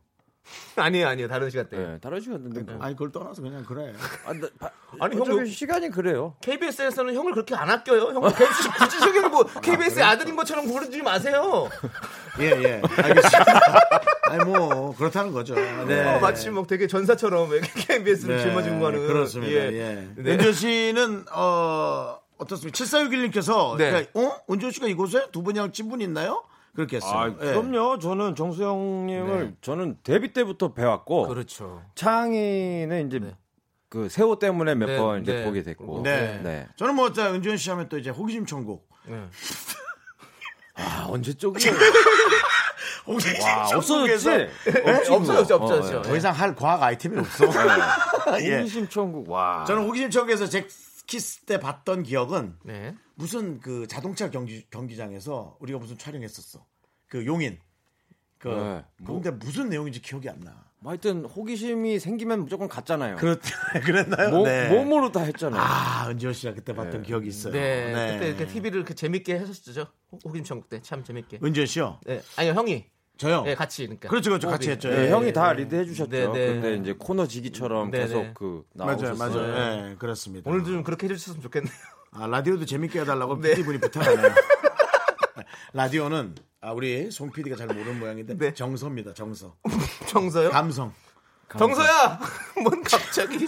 S2: 아니에요, 아니에요. 다른 시간대.
S8: 예, 다른 시간대인데
S2: 네.
S8: 뭐.
S1: 아니, 그걸 떠나서 그냥 그래.
S8: 아, 나, 바, 아니
S2: 아니, 형,
S8: 형
S2: 요-
S8: 시간이 그래요.
S2: KBS에서는 형을 그렇게 안 아껴요. 형 KBS 굳이 저기 뭐 KBS의 아들인 것처럼 부르지 마세요.
S1: 예, 예. 알겠습니다. 아니, 뭐, 그렇다는 거죠. 네.
S2: 어, 마치 뭐 되게 전사처럼 KBS를 짊어지고 가는
S1: 그렇습니다. 예.
S2: 네.
S1: 은조 씨는 어 어떻습니까? 7461님께서
S2: 네.
S1: 어 은조 씨가 이곳에 두 분이랑 친분이 있나요? 그렇게 했어요.
S8: 아,
S1: 예.
S8: 그럼요. 저는 정수영님을 저는 데뷔 때부터 배웠고
S2: 그렇죠.
S8: 창희는 이제 그 세호 때문에 몇
S2: 네,
S8: 번 이제
S2: 네.
S8: 보게 됐고.
S1: 네.
S8: 네.
S1: 저는 뭐 자, 은지원 씨 하면 또 이제 호기심 천국.
S8: 아, 언제 쪽이야?
S1: 호기심
S8: 와, 없어졌지?
S2: 없어졌죠, 없어졌죠.
S1: 더 이상 할 과학 아이템이 없어. 예.
S8: 호기심 네. 천국. 와.
S1: 저는 호기심 천국에서 잭키스 때 봤던 기억은
S2: 네.
S1: 무슨 그 자동차 경기 경기장에서 우리가 무슨 촬영했었어. 그 용인. 그
S8: 네.
S1: 근데 무슨 내용인지 기억이 안 나.
S8: 뭐 하여튼 호기심이 생기면 무조건 갔잖아요.
S1: 그렇 그랬나요?
S8: 모-
S1: 네.
S8: 몸으로 다 했잖아요.
S1: 아, 은지원 씨가 그때 봤던 기억이 있어요.
S2: 네, 그때 그 TV를 그 재밌게 했었죠. 호- 호김천국 때 참 재밌게.
S1: 은지원 씨요?
S2: 네, 아니요 형이.
S1: 저요?
S2: 네, 같이 그러니까.
S1: 그렇죠, 그렇죠. 같이
S2: 호흡이.
S1: 했죠.
S8: 네,
S1: 예,
S8: 형이
S1: 예.
S8: 다 리드 해주셨죠.
S2: 네, 네.
S8: 그렇죠? 그때 이제 코너지기처럼
S2: 네,
S8: 계속
S2: 네.
S8: 그
S1: 맞아요,
S8: 나오셨어요.
S1: 맞아요. 예, 그렇습니다.
S2: 오늘도 좀 그렇게 해주셨으면 좋겠네요.
S1: 아, 라디오도 재밌게 해달라고
S2: 네.
S1: PD 분이 부탁하네요. 라디오는 아, 우리 송 PD가 잘 모르는 모양인데
S2: 네.
S1: 정서입니다, 정서.
S8: 네.
S2: 정서요?
S1: 감성.
S2: 정서야, 뭔 갑자기?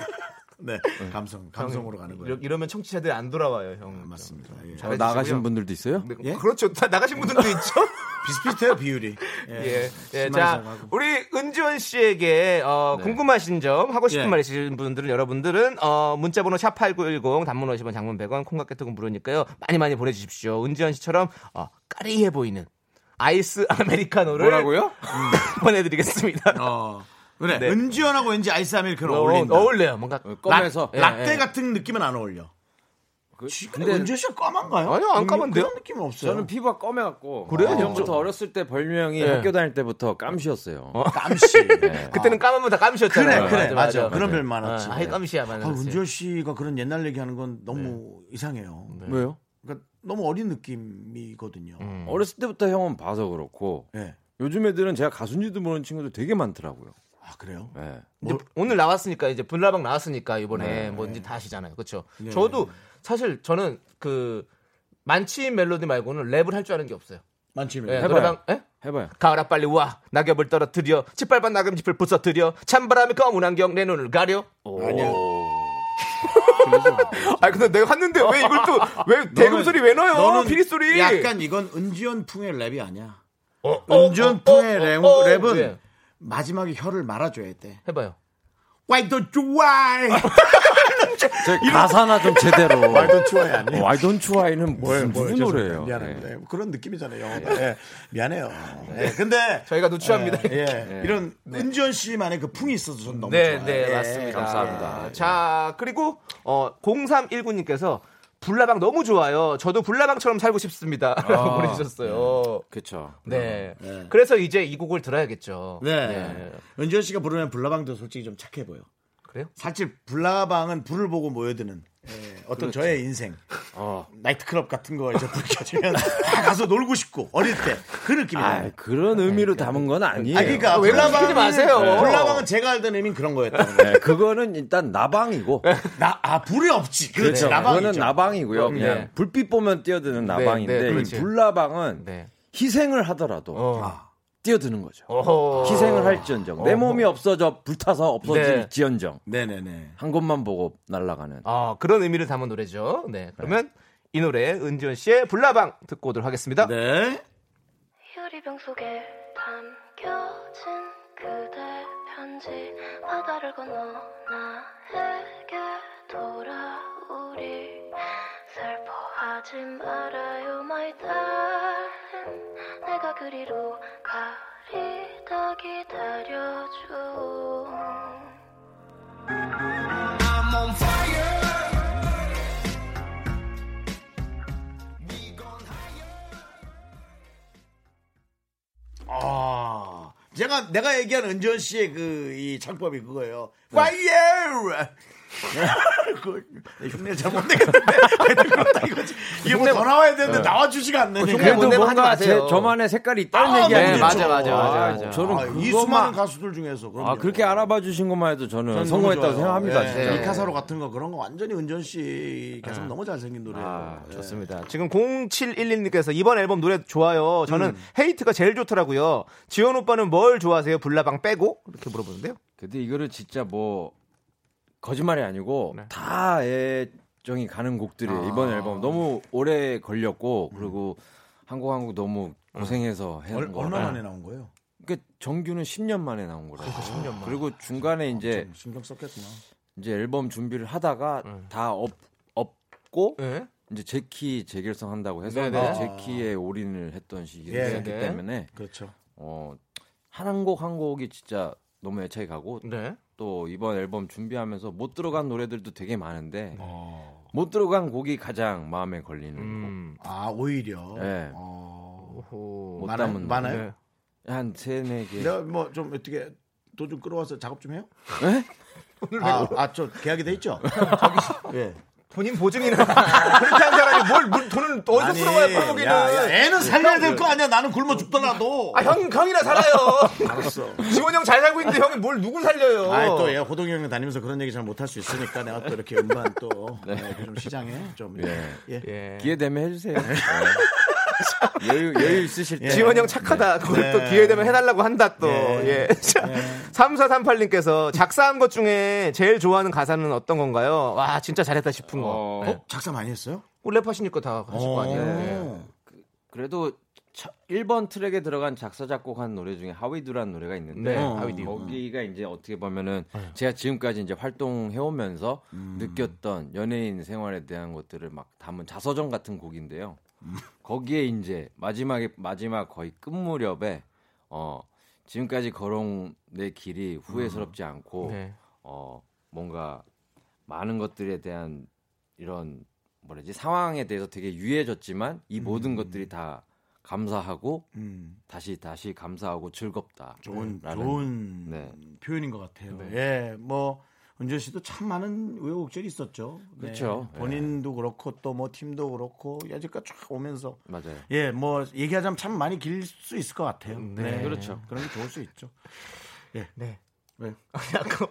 S1: 네, 감성. 감성으로 가는 거예요.
S2: 이러- 이러면 청취자들이 안 돌아와요,
S1: 네.
S2: 형.
S1: 맞습니다. 예.
S8: 어, 나가신 분들도 있어요?
S2: 네,
S1: 예?
S2: 그렇죠. 다 나가신 분들도 있죠.
S1: 비슷비슷해요, 비율이.
S2: 예.
S1: 네.
S2: 예,
S1: 심한
S2: 자,
S1: 이상하고. 네.
S2: 우리 은지원 씨에게 어, 궁금하신 점, 하고 싶은
S1: 예.
S2: 말 있으신 분들은 여러분들은 어, 문자번호 샵8910 단문 50원 장문 100원 콩깍개톡은 무료니까요. 많이 많이 보내주십시오. 은지원 씨처럼 어, 까리해 보이는 아이스 아메리카노를
S8: 뭐라고요?
S2: 보내드리겠습니다.
S1: 어. 그래.
S2: 네.
S1: 은지원하고 왠지 아이스 아메리카노 어울린다. 아.
S2: 어울려요. 예, 뭔가
S8: 껌에서.
S2: 락-
S1: 라떼 같은 느낌은 안 어울려.
S8: 그-
S1: 근데 은지원 씨가 까만가요? 음,
S2: 아니요, 안 까만데요?
S1: 그런 느낌은 없어요.
S8: 저는 피부가 검해갖고
S2: 그래요?
S8: 전부터 어렸을 때 별명이 학교 다닐 때부터 네. 깜시였어요.
S1: 깜씨.
S2: 그때는 까만면
S1: 그래,
S2: 다 까미셨잖아요.
S1: 그래, 맞아. 그런 별
S2: 아,
S1: 많았지.
S2: 아이 까미시야, 맞아.
S1: 아, 은지원 씨가 그런 옛날 얘기하는 건 너무 이상해요.
S8: 왜요?
S1: 그러니까 너무 어린 느낌이거든요.
S8: 음. 어렸을 때부터 형은 봐서 그렇고
S1: 네.
S8: 요즘 애들은 제가 가수인지도 모르는 친구들 되게 많더라고요.
S1: 아 그래요?
S8: 예.
S2: 이제
S1: 뭐.
S2: 오늘 나왔으니까 이제 불나방 나왔으니까 이번에 뭔지 다 아시잖아요. 그렇죠?
S1: 네.
S2: 저도 사실 저는 그 만취인 멜로디 말고는 랩을 할 줄 아는 게 없어요.
S1: 만취미.
S2: 예,
S8: 해봐요.
S2: 노래방 예?
S8: 해봐요.
S2: 가을아 빨리 와 낙엽을 떨어뜨려 짓밟아 낙엽잎을 부숴뜨려 찬바람이 검은 안경 내 눈을 가려
S1: 아니야.
S2: 아 근데 내가 했는데 왜 이걸 또 왜 대금 소리 왜 넣어요
S1: 너는
S2: 피리 소리
S1: 약간 이건 은지원 풍의 랩이 아니야.
S2: 어, 어,
S1: 은지원 풍의 랩,
S2: 어,
S1: 은
S2: 네.
S1: 마지막에 혀를 말아줘야 돼.
S2: 해봐요
S1: Why don't you why?
S8: 제 가사나 좀 제대로. 어,
S1: Why don't you why 아니야?
S8: Why don't you I는
S1: 뭐예요,
S8: 무슨, 무슨
S1: 뭐예요? 죄송합니다.
S8: 노래예요?
S1: 미안합니다.
S8: 예.
S1: 예, 그런 느낌이잖아요. 영어가. 예, 미안해요. 예, 근데
S2: 저희가 누추합니다.
S1: 예, 예, 이런 은지원 씨만의 그 풍이 있어서 저는 너무
S2: 네,
S1: 좋아요.
S2: 네,
S1: 예,
S2: 맞습니다.
S8: 감사합니다.
S2: 예. 자, 그리고 어 0319님께서 불나방 너무 좋아요. 저도 불나방처럼 살고 싶습니다라고
S1: 아, 예.
S2: 보내주셨어요.
S8: 그쵸.
S2: 네. 그래서 이제 이 곡을 들어야겠죠.
S1: 네.
S2: 네.
S1: 은지원 씨가 부르면 불나방도 솔직히 좀 착해 보여.
S2: 그래요?
S1: 사실 불나방은 불을 보고 모여드는 예, 어떤 저의 인생. 나이트클럽 같은 거 이제 불 켜지면 다 가서 놀고 싶고 어릴 때 그 느낌이 나요.
S8: 아, 그런 의미로 담은 건 아니에요.
S1: 아, 네. 그러니까
S2: 왜 시키지 마세요.
S1: 불나방은 제가 알던 의미는 그런 거였다는 거예요.
S8: 예, 그거는 일단 나방이고.
S1: 나, 아, 불이 없지. 그렇지. 나방이죠.
S8: 그거는 나방이고요. 그냥
S2: 네.
S8: 불빛 보면 뛰어드는 나방인데
S2: 네,
S8: 이
S2: 그렇지.
S8: 불나방은
S2: 네. 어.
S8: 희생을 하더라도
S1: 아.
S8: 뛰어드는 거죠.
S2: 어허.
S8: 희생을 할지언정 내 몸이 없어져 불타서
S2: 네.
S8: 없어질지언정
S1: 네네네.
S8: 한 곳만 보고 날아가는
S2: 아, 그런 의미를 담은 노래죠. 네. 그러면 이 노래 은지원 씨의 불나방 듣고 오도록 하겠습니다.
S1: 네.
S3: 유리병 속에 담겨진 그대 편지 바다를 건너 나에게 돌아오리 슬퍼하지 말아요 마이 달린 내가 그리로 가리다 기다려줘
S1: 아.
S8: 네.
S1: 제가, 내가 얘기한 은지원 씨의 그, 이 창법이 그거예요. Fire! 흉내 잘 못 내겠는데 애들 그렇다 이거지 이게 뭐 더 나와야 되는데 나와주지가
S8: 어,
S1: 않네 뭐
S2: 흉내 못
S8: 그래도
S2: 내면 하지
S8: 뭔가 제,
S2: 마세요.
S8: 저만의 색깔이 있다는
S1: 아,
S8: 얘기 아니에요?
S2: 네, 맞아, 맞아, 맞아, 맞아.
S8: 저는
S1: 아, 이 수많은
S8: 그것만
S1: 가수들 중에서 그럼요.
S8: 아 그렇게 알아봐 주신 것만 해도 저는
S1: 네. 저는
S8: 성공했다고
S1: 너무 좋아요.
S8: 생각합니다.
S1: 예,
S8: 진짜. 네.
S1: 예. 미카사로 같은 거 그런 거 완전히 은전 씨 개성 너무 잘생긴 노래예요.
S8: 아,
S1: 예.
S8: 좋습니다.
S2: 지금 0711님께서 이번 앨범 노래 좋아요. 저는 헤이트가 제일 좋더라고요. 지원 오빠는 뭘 좋아하세요? 불나방 빼고 이렇게 물어보는데요.
S8: 근데 이거를 진짜 뭐 거짓말이 아니고
S1: 네.
S8: 다 애정이 가는 곡들이
S1: 아.
S8: 에요 이번 앨범 너무 오래
S1: 음.
S8: 걸렸고 그리고 한국 한국 너무
S1: 네.
S8: 고생해서 해는
S1: 얼,
S8: 거.
S1: 얼마 만에
S8: 예.
S1: 나온 거예요?
S8: 그러니까 정규는 10년 그러니까 만에 나온 거라고. 그리고 중간에 이제
S1: 좀 신경 썼겠구나.
S8: 이제 앨범 준비를 하다가 다 업, 업고
S2: 네.
S8: 이제 제키 재결성한다고 해서
S2: 네네.
S8: 제키에 올인을 했던 시기였기
S1: 아, 예.
S8: 었 때문에
S1: 그렇죠.
S8: 어, 한 곡 한 곡이 진짜 너무 애착이 가고
S2: 네.
S8: 또 이번 앨범 준비하면서 못 들어간 노래들도 되게 많은데 못 들어간 곡이 가장 마음에 걸리는
S1: 아 오히려.
S8: 곡. 예.
S1: 어,
S8: 못
S1: 많아요?
S8: 담은 예.
S1: 많아요?
S8: 노래. 한 세네 개.
S1: 내가 뭐 좀 어떻게 돈 좀 끌어와서 작업 좀 해요? 아저 계약이 돼 있죠? 저기 예.
S2: 본인 보증이나 그렇게 한 사람이 뭘, 물- 돈을 어디서 풀어와야
S1: 아니,
S2: 풀어보기는.
S1: 야, 야, 애는 살려야 될 거 아니야? 나는 굶어 죽더라도.
S2: 아, 형, 형이나 살아요.
S1: 알았어.
S2: 지원 형 잘 살고 있는데 형이 뭘 누굴 살려요.
S1: 아이 또 얘 호동이 형이 다니면서 그런 얘기 잘 못 할 수 있으니까 내가 또 이렇게 음반 또 예, 좀 시장에 좀 예.
S2: 예.
S8: 기회 되면 해주세요. 예. 여유, 여유 있으실 때.
S2: 지원 형 착하다. 그걸 또 기회 되면 해달라고 한다 또. 예. 자, 3438님께서 작사한 것 중에 제일 좋아하는 가사는 어떤 건가요? 와 진짜 잘했다 싶은 거.
S8: 어,
S1: 어? 작사 많이 했어요?
S2: 랩하시니까 다 하실 거 아니에요. 예.
S8: 그래도 차- 1번 트랙에 들어간 작사 작곡한 노래 중에 하위두라는 노래가 있는데
S2: 네, 하위두.
S8: 거기가 이제 어떻게 보면은
S1: 네.
S8: 제가 지금까지 이제 활동해 오면서
S1: 음.
S8: 느꼈던 연예인 생활에 대한 것들을 막 담은 자서전 같은 곡인데요.
S1: 음.
S8: 거기에 이제 마지막에 마지막 거의 끝 무렵에 어 지금까지 걸어온 내 길이
S1: 음.
S8: 후회스럽지 않고
S2: 네.
S8: 어 뭔가 많은 것들에 대한 이런 뭐라지 상황에 대해서 되게 유해졌지만 이 모든 것들이 다 감사하고
S1: 음,
S8: 다시 다시 감사하고 즐겁다.
S1: 좋은
S8: 라는-
S1: 좋은
S8: 네.
S1: 표현인 것 같아요. 예, 뭐 은준 씨도 참 많은 우여곡절이 있었죠. 네.
S8: 그렇죠.
S1: 본인도 그렇고 또 뭐 팀도 그렇고 여지껏 쫙 오면서
S8: 맞아요.
S1: 예, 뭐 얘기하자면 참 많이 길 수 있을 것 같아요. 네.
S8: 그렇죠.
S1: 그런 게 좋을 수 있죠.
S2: 네.
S1: 왜?
S2: 아니 아까 그,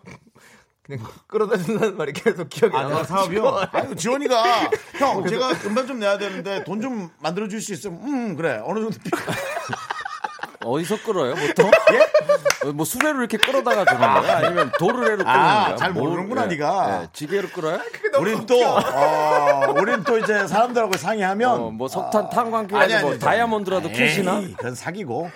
S2: 그냥 끌어다 준다는 말이 계속 기억이
S1: 아,
S8: 네.
S2: 나요.
S1: 내가 사업이요? 아유, 지원이가, 형, 제가 음반 좀 내야 되는데 돈 좀 만들어줄 수 있으면, 음, 그래. 어느 정도. 비-
S8: 어디서 끌어요? 보통? 어, 뭐 수레로 이렇게 끌어다가 주는 거야? 아니면 도르래로 끄는
S1: 아,
S8: 거야?
S1: 잘
S8: 뭘-
S1: 모르는구나,
S8: 예,
S1: 네가.
S8: 예, 지게로 끌어요?
S1: 우린 또, 어, 우린 또 이제 사람들하고 상의하면.
S8: 어, 뭐 석탄
S1: 아니,
S8: 탄광기라도
S1: 아니,
S8: 뭐
S1: 아니.
S8: 다이아몬드라도
S1: 에이,
S8: 캐시나?
S1: 그건 사기고.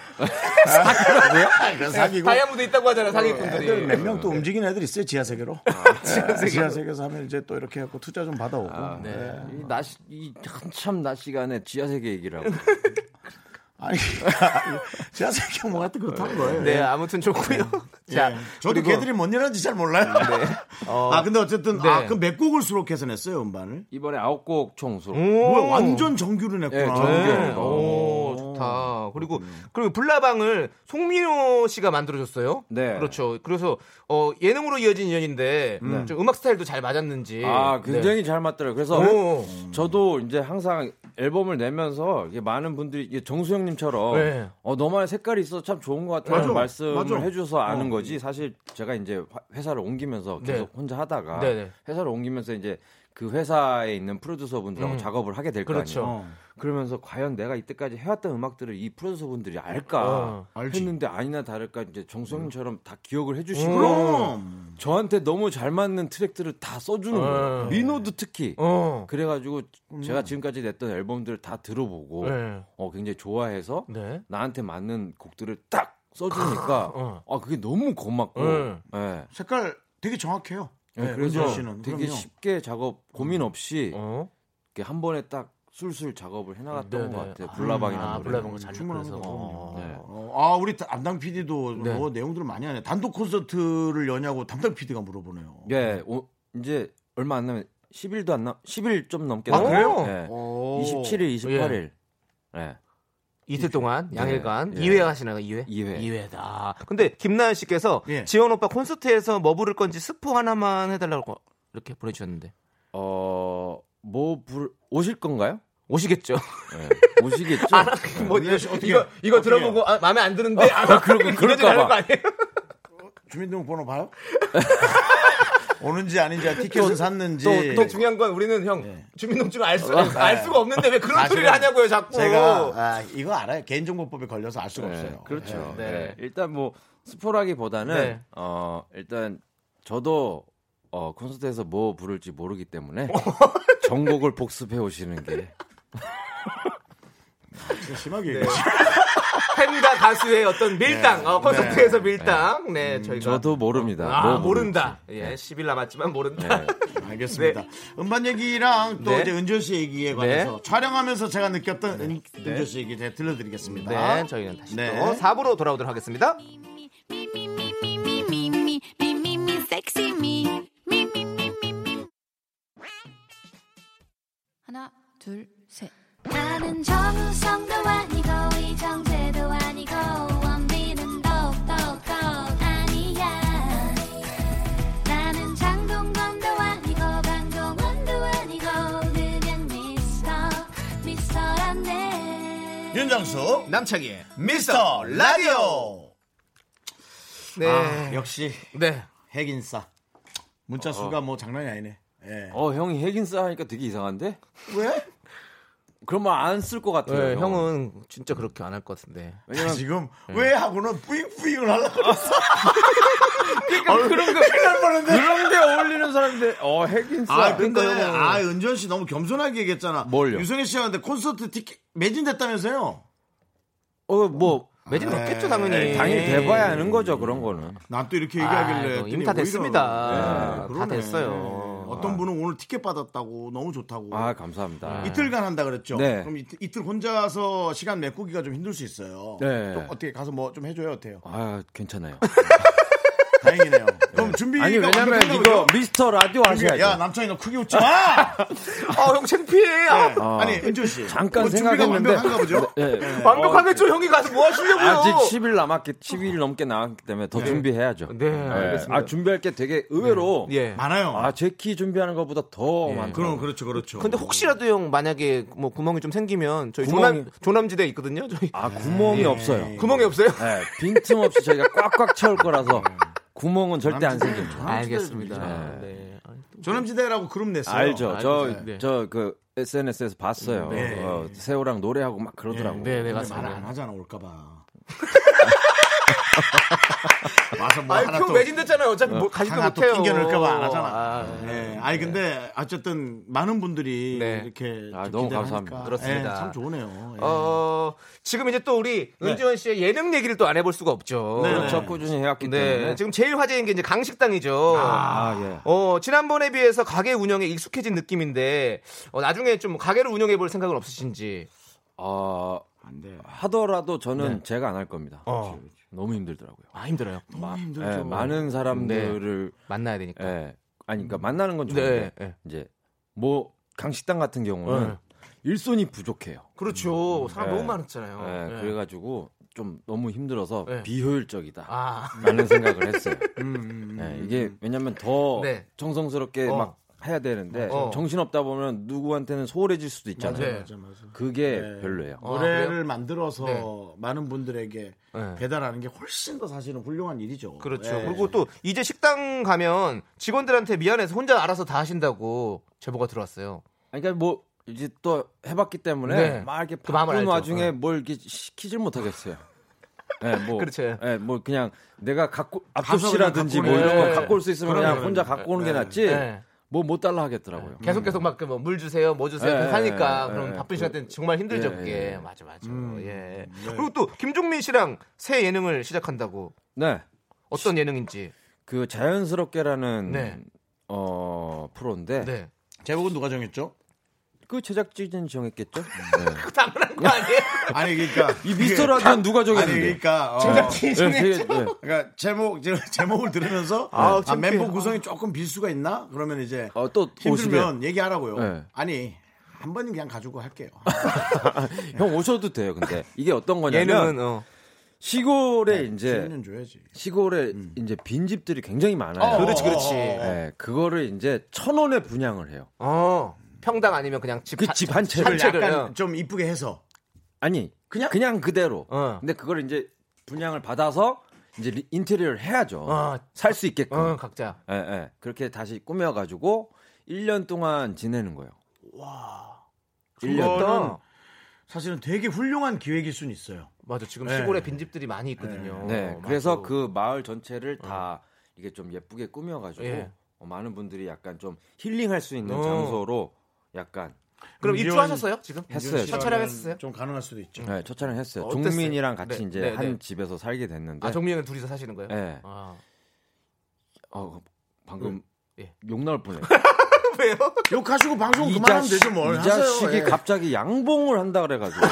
S1: 사기라고요? 그건 사기고.
S2: 아,
S1: 어,
S2: 다이아몬드 있다고 하잖아요 사기꾼들이. 아,
S1: 몇 명 또 움직이는 애들 있어요, 지하세계로. 네, 지하세계에서 하면 이제 또 이렇게 해갖고 투자 좀 받아오고. 네.
S8: 이낮 이 한참 낮 시간에 지하 세계 얘기라고.
S1: 아니, 지하세계 뭐 하여튼 그렇다는 거예요.
S2: 네 아무튼 좋고요.
S1: 자,
S2: 자
S1: 저도
S2: 그리고-
S1: 걔들이 뭔 일하는지 잘 몰라요. 아, 근데 어쨌든
S2: 네.
S1: 아, 그몇 곡을 수록해서 냈어요, 음반을?
S8: 이번에 아홉 곡 총수로.
S1: 뭐야, 완전 정규를 냈구나. 어.
S8: 예, 정규.
S2: 네. 오, 좋다. 그리고 그리고 불나방을 송민호 씨가 만들어줬어요.
S8: 네.
S2: 그렇죠. 그래서 어, 예능으로 이어진 인연인데 좀 음악 스타일도 잘 맞았는지.
S8: 아, 굉장히
S2: 네.
S8: 잘 맞더라고요. 그래서
S1: 음.
S2: 오.
S8: 저도 이제 항상 앨범을 내면서 이게 많은 분들이 이게 정수영님처럼
S2: 네.
S8: 어, 너만의 색깔이 있어서 참 좋은 것 같아요.
S1: 맞아,
S8: 말씀을
S1: 맞아.
S8: 해줘서 아는 거지. 사실 제가 이제 화- 회사를 옮기면서 계속
S2: 어. 네.
S8: 혼자 하다가
S2: 네, 네.
S8: 회사를 옮기면서 이제 그 회사에 있는 프로듀서 분들하고
S2: 음.
S8: 작업을 하게 될 거
S2: 그렇죠.
S8: 아니에요. 그러면서 과연 내가 이때까지 해왔던 음악들을 이 프로듀서 분들이 알까
S2: 어,
S8: 했는데 아니나 다를까 이제 정수영님처럼 다 기억을
S2: 음.
S8: 해주시고
S1: 그럼.
S8: 저한테 너무 잘 맞는 트랙들을 다 써주는 거예요.
S2: 어.
S8: 리노도 특히.
S2: 어.
S8: 그래가지고 제가 지금까지 냈던 앨범들을 다 들어보고
S2: 네.
S8: 어, 굉장히 좋아해서
S2: 네.
S8: 나한테 맞는 곡들을 딱 써주니까
S2: 어.
S8: 아 그게 너무 고맙고
S2: 네.
S8: 예.
S1: 색깔 되게 정확해요.
S8: 예,
S1: 네,
S8: 그래서
S1: 은지원 씨는,
S8: 되게
S1: 그럼요.
S8: 쉽게 작업 고민 없이
S2: 어.
S8: 이렇게 한 번에 딱 술술 작업을 해나갔던
S2: 네,
S8: 것
S2: 네.
S8: 같아요.
S2: 아,
S8: 불나방이라는
S2: 아,
S8: 노래.
S2: 불나방을 잘
S1: 충분합니다.
S2: 접해서. 네.
S1: 그럼요.
S8: 네.
S1: 어, 아, 우리 담당 PD도 뭐 내용들을 많이 하네. 단독 콘서트를 여냐고 담당 PD가 물어보네요.
S8: 예, 오- 이제 얼마 안 남은 10일도 안 남, 10일 좀 넘게
S2: 아,
S8: 남았어요.
S2: 그래요?
S8: 예.
S1: 오.
S8: 27일, 28일. 예.
S2: 이틀 동안 양일간
S8: 예.
S2: 2회 하시나요? 2회?
S8: 이 회.
S2: 다 근데 김나연 씨께서
S1: 예.
S2: 지원 오빠 콘서트에서 뭐 부를 건지 스포 하나만 해달라고 이렇게 보내주셨는데
S8: 어, 뭐 부르, 오실 건가요?
S2: 오시겠죠?
S8: 네. 오시겠죠?
S2: 뭐 이거 이거, 이거 들어보고 아, 마음에 안 드는데 아, 그러고
S8: 그럴까 봐.
S2: 아니에요?
S1: 주민등록번호 봐요? 오는지 아닌지 티켓을 샀는지
S2: 또, 또 중요한 건 우리는 형 주민등록증을 알, 수, 알 수가 없는데 왜 그런
S1: 아,
S2: 소리를
S1: 제가-
S2: 하냐고요 자꾸 네.
S1: 제가 아, 이거 알아요. 개인정보법에 걸려서 알 수가
S8: 네,
S1: 없어요.
S8: 그렇죠.
S2: 네.
S8: 네. 일단 뭐 스포라기보다는
S2: 네.
S8: 어 일단 저도 어 콘서트에서 뭐 부를지 모르기 때문에 전곡을 복습해 오시는 게
S1: 진짜 심하게
S2: 네.
S1: 얘기해.
S2: 팬과 가수의 어떤 밀당 어, 콘서트에서 밀당 네 저희가
S8: 저도 모릅니다.
S2: 아,
S8: 뭐 부를지.
S2: 모른다 예 10일 남았지만 네. 모른다
S1: 알겠습니다.
S2: 네.
S1: 음반 얘기랑 또
S2: 네.
S1: 이제 은조 씨 얘기에 관해서 촬영하면서 제가 느꼈던 은, 은조 씨 얘기 제가 들려드리겠습니다.
S2: 네 저희는 다시
S1: 네.
S2: 또 4부로 돌아오도록 하겠습니다
S4: 하나, 둘, 셋.
S3: 나는 정우성도 아니고 이정재도 아니고 원빈은 더욱더 아니야 나는 장동건도 아니고 강동원도 아니고 그냥 미스터 미스터란데
S1: 윤정수
S2: 남창희의
S1: 미스터 라디오.
S2: 네.
S1: 아, 역시
S2: 네. 어.
S1: 핵인싸. 문자 수가 뭐 장난이 아니네. 예.
S8: 어 형이 핵인싸 하니까 되게 이상한데?
S1: 왜?
S8: 그런 말 안 쓸 것 같아요.
S2: 네,
S8: 형은.
S2: 형은 진짜 그렇게 안 할 것 같은데.
S8: 왜냐면
S1: 지금 왜 하고는 뿌잉뿌잉을 하려고 그랬어.
S8: 아.
S2: 그런 거
S1: 할 뻔했는데.
S8: 그러니까 그런 데 어울리는 사람인데 어 핵인싸.
S1: 아 근데 아 은전 씨 너무 겸손하게 얘기했잖아.
S8: 뭘요?
S1: 유성희 씨가 근데 콘서트 티켓 매진됐다면서요?
S8: 어뭐
S2: 매진
S1: 네.
S2: 없겠죠 당연히.
S8: 네, 당연히 돼봐야 하는 거죠 그런
S2: 어,
S8: 거는.
S1: 난 또 이렇게
S2: 아,
S1: 얘기하길래
S2: 이거
S1: 했더니
S2: 이미 다
S1: 오히려-
S2: 됐습니다. 다
S1: 그러네.
S2: 됐어요.
S1: 어떤 분은 오늘 티켓 받았다고 너무 좋다고.
S8: 아 감사합니다.
S1: 이틀간 한다 그랬죠.
S8: 네.
S1: 그럼 이틀, 이틀 혼자서 시간 메꾸기가 좀 힘들 수 있어요.
S8: 네.
S1: 좀 어떻게 가서 뭐 좀 해줘요 어때요?
S8: 아 괜찮아요.
S1: 다행이네요. 그럼 준비가
S8: 아니 왜냐면
S1: 완벽했나
S8: 이거
S1: 보죠?
S8: 미스터 라디오 하셔야
S1: 야
S8: 돼.
S1: 남창이 너 크게 웃지 마. 네.
S2: 아, 형 창피해. 아,
S1: 아니 은준 씨
S8: 잠깐
S1: 뭐 준비가
S8: 생각했는데
S1: 완벽한가 보죠?
S8: 네, 네.
S2: 완벽하겠죠 형이 가서 뭐 하시려고요.
S8: 아직 10일 남았기 10일 넘게 남았기 때문에 더 준비해야죠.
S2: 네, 알겠습니다.
S8: 아 준비할 게 되게 의외로
S2: 예.
S1: 많아요.
S8: 아 제 키 준비하는 것보다 더 많아.
S1: 그럼 그렇죠 그렇죠.
S2: 근데 혹시라도 형 만약에 뭐 구멍이 좀 생기면 저희
S8: 구멍이-
S2: 조남 조남지대 있거든요. 저희
S8: 아 구멍이 없어요.
S2: 구멍이 없어요?
S8: 네, 빈틈없이 저희가 꽉꽉 채울 거라서 구멍은 절대 안 생깁니다.
S2: 알겠습니다. 네.
S1: 조남지대라고 음. 그룹 냈어요.
S8: 알죠. 저
S2: 네.
S8: 저 그 SNS에서 봤어요. 어, 세호랑 노래하고 막 그러더라고.
S2: 네,
S1: 근데
S2: 네,
S1: 말 안
S2: 맞습니다.
S1: 하잖아 올까봐. 와서 뭐
S2: 아니,
S1: 하나
S2: 표
S1: 또
S2: 매진됐잖아요. 어차피 뭐 가지도
S1: 하나 또
S2: 못해요.
S1: 튕겨낼까봐 안 하잖아.
S2: 아,
S1: 예,
S8: 네.
S1: 아니 근데 어쨌든 많은 분들이
S2: 네.
S1: 이렇게
S8: 아,
S1: 좀
S8: 너무
S1: 기대를
S8: 감사합니다.
S1: 하니까.
S2: 그렇습니다.
S1: 예, 참 좋네요. 예.
S2: 어, 지금 이제 또 우리 은지원 씨의 예능 얘기를 또 안 해볼 수가 없죠.
S1: 네.
S8: 그렇죠. 꾸준히 해왔기
S2: 네,
S8: 때문에.
S2: 지금 제일 화제인 게 이제 강식당이죠.
S8: 아 예.
S2: 어, 지난번에 비해서 가게 운영에 익숙해진 느낌인데, 어, 나중에 좀 가게를 운영해 볼 생각은 없으신지.
S8: 어,
S1: 안 돼요.
S8: 하더라도 저는 제가 안 할 겁니다.
S2: 어.
S8: 너무 힘들더라고요.
S2: 아, 힘들어요.
S8: 마- 예, 많은 사람들을
S2: 만나야 되니까.
S8: 예. 아니 그러니까 만나는 건 좋은데
S2: 음. 네, 네.
S8: 이제 뭐 강식당 같은 경우는
S2: 네.
S8: 일손이 부족해요.
S2: 그렇죠. 사람
S8: 네.
S2: 너무 많았잖아요.
S8: 예,
S2: 네.
S8: 그래가지고 좀 너무 힘들어서
S2: 네.
S8: 비효율적이다.
S2: 아, 음,
S8: 라는 생각을 했어요. 예, 이게 왜냐면 더
S2: 네.
S8: 정성스럽게
S2: 어.
S8: 막 해야 되는데
S2: 어.
S8: 정신 없다 보면 누구한테는 소홀해질 수도 있잖아요.
S2: 맞아요.
S1: 네. 맞아, 맞아.
S8: 그게
S1: 네.
S8: 별로예요.
S2: 어.
S1: 노래를
S2: 그래요?
S1: 만들어서
S2: 네.
S1: 많은 분들에게
S2: 네.
S1: 배달하는 게 훨씬 더 사실은 훌륭한 일이죠.
S2: 그렇죠.
S8: 네.
S1: 예.
S2: 그리고 또 이제 식당 가면 직원들한테 미안해서 혼자 알아서 다 하신다고 제보가 들어왔어요.
S8: 아니, 그러니까 뭐 이제 또 해봤기 때문에
S2: 네.
S8: 막 이렇게
S2: 그 마음을
S8: 바쁜
S2: 알죠.
S8: 와중에
S2: 네.
S8: 뭘 이렇게 시키질 못하겠어요. 예, 뭐,
S2: 그렇죠.
S8: 예, 뭐 그냥 내가 갖고
S1: 가서
S8: 앞접시라든지
S1: 그냥
S8: 뭐
S1: 갖고
S8: 이런
S2: 오는
S8: 거
S2: 거.
S8: 갖고 올 수 있으면 그냥 혼자 갖고 오는 게 낫지.
S2: 네. 음.
S8: 뭐 못 달라 하겠더라고요.
S2: 계속 계속 막 물 주세요, 뭐 주세요,
S8: 예,
S2: 계속 하니까
S8: 예,
S2: 그럼
S8: 예,
S2: 바쁜
S8: 예.
S2: 시간 때는 정말 힘들죠,
S8: 예,
S2: 그게
S8: 예, 네. 예.
S2: 맞아 맞아. 예. 그리고 또 김종민 씨랑 새 예능을 시작한다고
S8: 네.
S2: 어떤 예능인지.
S8: 그 자연스럽게라는
S2: 네.
S8: 어 프로인데
S2: 네.
S1: 제목은 누가 정했죠?
S8: 그 제작진이 정했겠죠? 네.
S2: 그 당연한 거 아니에요?
S1: 아니 그러니까
S8: 이 미스터 라디오 누가
S1: 아니
S8: 정했는데? 네,
S1: 그러니까 어,
S8: 정했죠.
S1: 그러니까 제목 제- 제목을 들으면서
S2: 아우,
S1: 아,
S2: 창피해.
S1: 멤버 구성이 조금 빌 수가 있나? 그러면 이제
S8: 어, 또
S1: 힘들면 얘기하라고요.
S8: 네.
S1: 아니 한 번은 그냥 가지고 할게요.
S8: 네. 형 오셔도 돼요. 근데 이게 어떤 거냐면
S2: 예능은 어.
S8: 시골에 이제
S1: 10년 줘야지.
S8: 시골에 이제 빈 집들이 굉장히 많아요.
S1: 어.
S2: 그렇지, 그렇지.
S8: 네, 그거를 이제 천 원에 분양을 해요.
S2: 어, 평당 아니면 그냥 집.
S8: 그
S2: 자-
S8: 집 한 채를 네.
S2: 한 채를.
S1: 약간
S2: 어.
S1: 좀 이쁘게 해서
S8: 아니 그냥 그냥 그대로.
S2: 어.
S8: 근데 그걸 이제 분양을 받아서 이제 리- 인테리어를 해야죠.
S2: 어.
S8: 살 수 있게끔.
S2: 어, 각자.
S8: 예, 예. 그렇게 다시 꾸며가지고 1년 동안 지내는 거예요. 와. 1년
S1: 그거는
S8: 동안.
S1: 사실은 되게 훌륭한 기획일 수는 있어요.
S2: 맞아, 지금
S1: 네.
S2: 시골에 빈집들이 많이 있거든요.
S8: 네.
S2: 맞아.
S8: 그래서 그 마을 전체를 다 이게 좀 예쁘게 꾸며가지고
S2: 예.
S8: 어, 많은 분들이 약간 좀 힐링할 수 있는
S2: 어.
S8: 장소로 약간
S2: 그럼
S1: 임지원-
S2: 입주하셨어요, 지금?
S8: 했어요.
S2: 첫 촬영 했었어요?
S1: 좀 가능할 수도 있죠.
S8: 네, 첫 촬영했어요.
S2: 어땠어요?
S8: 종민이랑 같이
S2: 네,
S8: 이제
S2: 네,
S8: 한
S2: 네.
S8: 집에서 살게 됐는데.
S2: 아, 정민이랑 둘이서 사시는 거예요?
S8: 예.
S2: 아.
S8: 어, 방금
S2: 예.
S8: 욕 나올 뻔해.
S2: 왜요?
S1: 욕하시고 방송
S8: 이
S1: 그만하면
S8: 자식-
S1: 되죠 뭘
S8: 이
S1: 하세요.
S8: 자식이
S1: 예.
S8: 갑자기 양봉을 한다 그래가지고.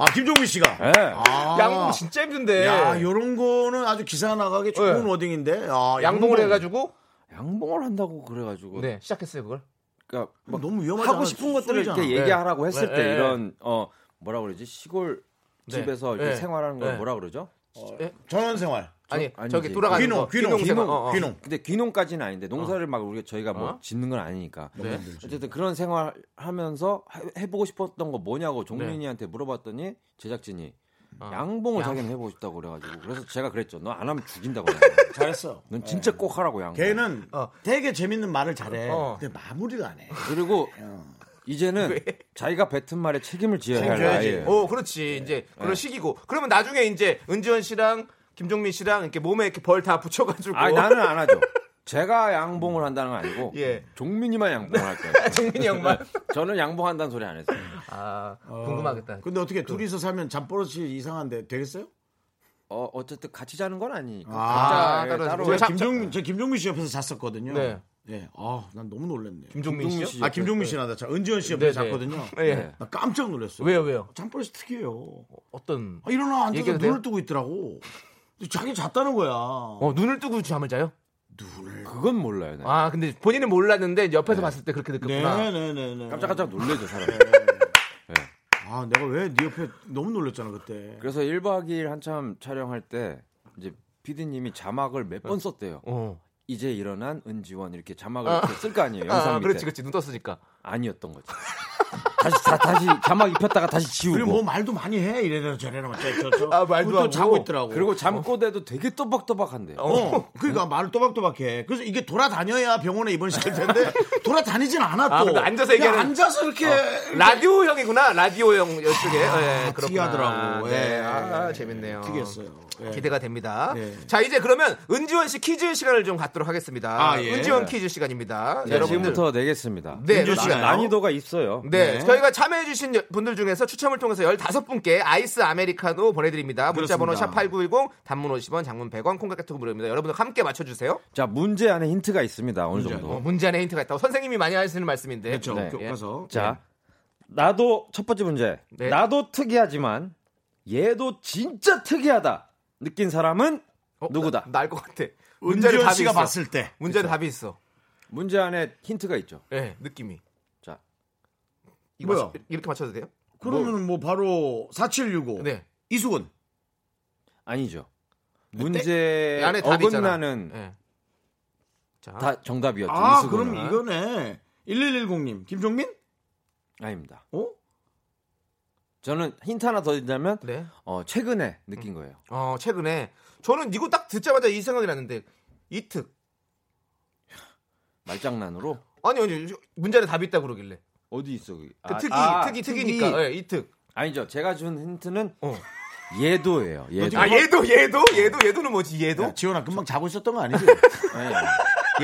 S1: 아 김종민 씨가.
S2: 네.
S8: 예. 네.
S1: 아.
S2: 양봉 진짜 힘든데.
S1: 야 요런 거는 아주 기사 나가기 좋은
S2: 예.
S1: 워딩인데. 아,
S2: 양봉을 해가지고
S8: 양봉을 한다고 어, 그래가지고.
S2: 네 시작했어요 그걸.
S8: 그러니까 막
S1: 너무 위험하지
S8: 하고
S1: 않아?
S8: 싶은 것들을
S1: 소리잖아.
S8: 이렇게 예. 얘기하라고 했을
S2: 네,
S8: 때
S2: 네.
S8: 이런 어 뭐라 그러지 시골
S2: 네.
S8: 집에서 이렇게
S2: 네.
S8: 생활하는 걸
S2: 네.
S8: 뭐라 그러죠?
S1: 전원생활.
S2: 아니
S8: 아니지. 뭐,
S2: 저기 돌아가는
S1: 귀농,
S2: 거.
S1: 귀농,
S2: 생활.
S1: 귀농,
S2: 어, 어.
S1: 귀농.
S8: 근데 귀농까지는 아닌데 농사를 막 우리가 저희가 뭐
S2: 어?
S8: 짓는 건 아니니까.
S2: 네.
S8: 어쨌든 그런 생활 하면서 해- 해보고 싶었던 거
S2: 네.
S8: 뭐냐고 종민이한테 물어봤더니 제작진이
S2: 어.
S8: 양봉을
S2: 양-
S8: 자기는 해보고 싶다고 그래가지고 그래서 제가 그랬죠. 너 안 하면 죽인다고.
S1: 잘했어.
S8: 넌 진짜 꼭 하라고 양봉. 어.
S1: 걔는 되게 재밌는 말을 잘해.
S2: 어.
S1: 근데 마무리를 안 해.
S8: 그리고 이제는 자기가 뱉은 말에 책임을 지어야 할
S1: 책임져야지.
S8: 나이에요. 예.
S2: 어 그렇지 이제 그런 시기고 그러면 나중에 이제 은지원 씨랑 김종민 씨랑 이렇게 몸에 이렇게 벌 다 붙여가지고
S8: 아 나는 안 하죠. 제가 양봉을 한다는 건 아니고
S2: 예.
S8: 종민이만 양봉을 할 거예요.
S2: 종민이 형만
S8: 저는 양봉한다는 소리 안 했어요.
S2: 아 궁금하겠다.
S1: 근데 어떻게 둘이서 살면 잠버릇이 이상한데 되겠어요?
S8: 어 어쨌든 같이 자는 건 아니니까. 그
S1: 아,
S8: 각자
S2: 따로-
S8: 따로
S1: 제가
S2: 왜 자-
S1: 김종민, 제 김종민 씨 옆에서 잤었거든요.
S2: 네.
S1: 예. 아, 난 너무 놀랐네요.
S2: 김종민
S8: 김종민
S2: 씨요?
S8: 씨.
S1: 아, 김종민 씨나 나 자- 은지원 씨 옆에서
S2: 네, 네.
S1: 잤거든요.
S2: 예
S8: 네.
S1: 나 깜짝 놀랐어요.
S2: 왜요 왜요?
S1: 잠버릇이 특이해요.
S2: 어떤
S1: 아, 일어나 앉아서
S2: 얘기해도
S1: 눈을
S2: 돼요?
S1: 뜨고 있더라고. 근데 자기 잤다는 거야.
S2: 어 눈을 뜨고 잠을 자요?
S8: 그건 몰라요. 나.
S2: 아 근데 본인은 몰랐는데 옆에서 봤을 때 그렇게 느꼈구나.
S1: 네네네네.
S8: 깜짝깜짝 놀래죠 사람.
S1: 아, 내가 왜 네 옆에 너무 놀랐잖아 그때.
S8: 그래서 1박 2일 한참 촬영할 때 이제 PD님이 자막을 몇 번 썼대요.
S2: 어.
S8: 이제 일어난 은지원 이렇게 자막을 이렇게 쓸 거 아니에요. 영상
S2: 아,
S8: 밑에.
S2: 그렇지 그렇지 눈 떴으니까.
S8: 아니었던 거죠. 다시 다, 다시 자막 입혔다가 다시
S1: 그리고
S8: 지우고.
S1: 뭐 말도 많이 해 이래라 저래라 막 저, 저, 저.
S2: 아,
S1: 그리고
S2: 말도
S1: 또
S2: 하고.
S1: 자고 있더라고.
S8: 그리고 잠꼬대도 되게 또박또박한데요.
S1: 어, 그러니까 말을 또박또박해. 그래서 이게 돌아다녀야 병원에 입원시킬 텐데 돌아다니진 않아 또.
S2: 아, 근데 앉아서
S1: 그냥
S2: 얘기하는-
S1: 앉아서 이렇게
S8: 어.
S2: 라디오 형이구나 라디오 형 이쪽에
S8: 아,
S2: 예, 그렇구나.
S1: 특이하더라고.
S2: 네.
S1: 예.
S2: 아, 재밌네요.
S1: 특이했어요. 예.
S2: 기대가 됩니다.
S1: 네.
S2: 자 이제 그러면 은지원 씨 퀴즈 시간을 좀 갖도록 하겠습니다.
S1: 아, 예.
S2: 은지원 퀴즈 시간입니다.
S8: 네, 지금부터 내겠습니다.
S2: 네,
S1: 민주
S8: 나-
S1: 씨가요?
S8: 난이도가 있어요.
S2: 네, 저희가 참여해주신 분들 중에서 추첨을 통해서 15분께 아이스 아메리카노 보내드립니다. 문자번호
S1: 그렇습니다.
S2: 샵8910 단문 50원 장문 100원 콩깍개톡 무료입니다. 여러분들 함께 맞춰주세요.
S8: 자 문제 안에 힌트가 있습니다. 어느 정도.
S2: 어, 문제 안에 힌트가 있다고 선생님이 많이 하시는 말씀인데. 예.
S1: 그렇죠.
S8: 네.
S1: 교과서.
S8: 자 나도 첫 번째 문제.
S2: 네.
S8: 나도 특이하지만 얘도 진짜 특이하다 느낀 사람은
S2: 어,
S8: 누구다?
S2: 나, 나알 것 같아. 문제는
S1: 은지원
S2: 답이
S1: 씨가
S2: 있어.
S1: 봤을 때 그렇죠.
S2: 문제는 답이 있어.
S8: 문제 안에 힌트가 있죠.
S2: 예, 느낌이.
S8: 자
S2: 이거
S1: 뭐야?
S2: 맞- 이렇게 맞춰도 돼요?
S1: 그러면 뭐 바로 4765
S2: 네.
S1: 이수근
S8: 아니죠.
S1: 네,
S8: 문제
S2: 네. 안에 답이
S8: 어긋나는
S2: 있잖아. 예. 자,
S8: 다 정답이었죠.
S1: 아
S8: 이수근은.
S1: 그럼 이거네 1110님 김종민
S8: 아닙니다.
S1: 어?
S8: 저는 힌트 하나 더 드리자면
S2: 네.
S8: 어, 최근에 느낀 거예요.
S2: 어, 최근에 저는 이거 딱 듣자마자 이 생각이 났는데 이특.
S8: 말장난으로
S2: 아니 아니 문제는 답이 있다 고 그러길래.
S8: 어디 있어 그게? 아,
S2: 그 특이 특이
S8: 특이. 어,
S2: 특이니까 예, 이특.
S8: 아니죠. 제가 준 힌트는
S2: 어.
S8: 예도예요. 예도.
S2: 아 얘도 얘도 얘도 얘도는 뭐지 얘도
S1: 야, 지원아 금방 자고 있었던 거 아니지? 네.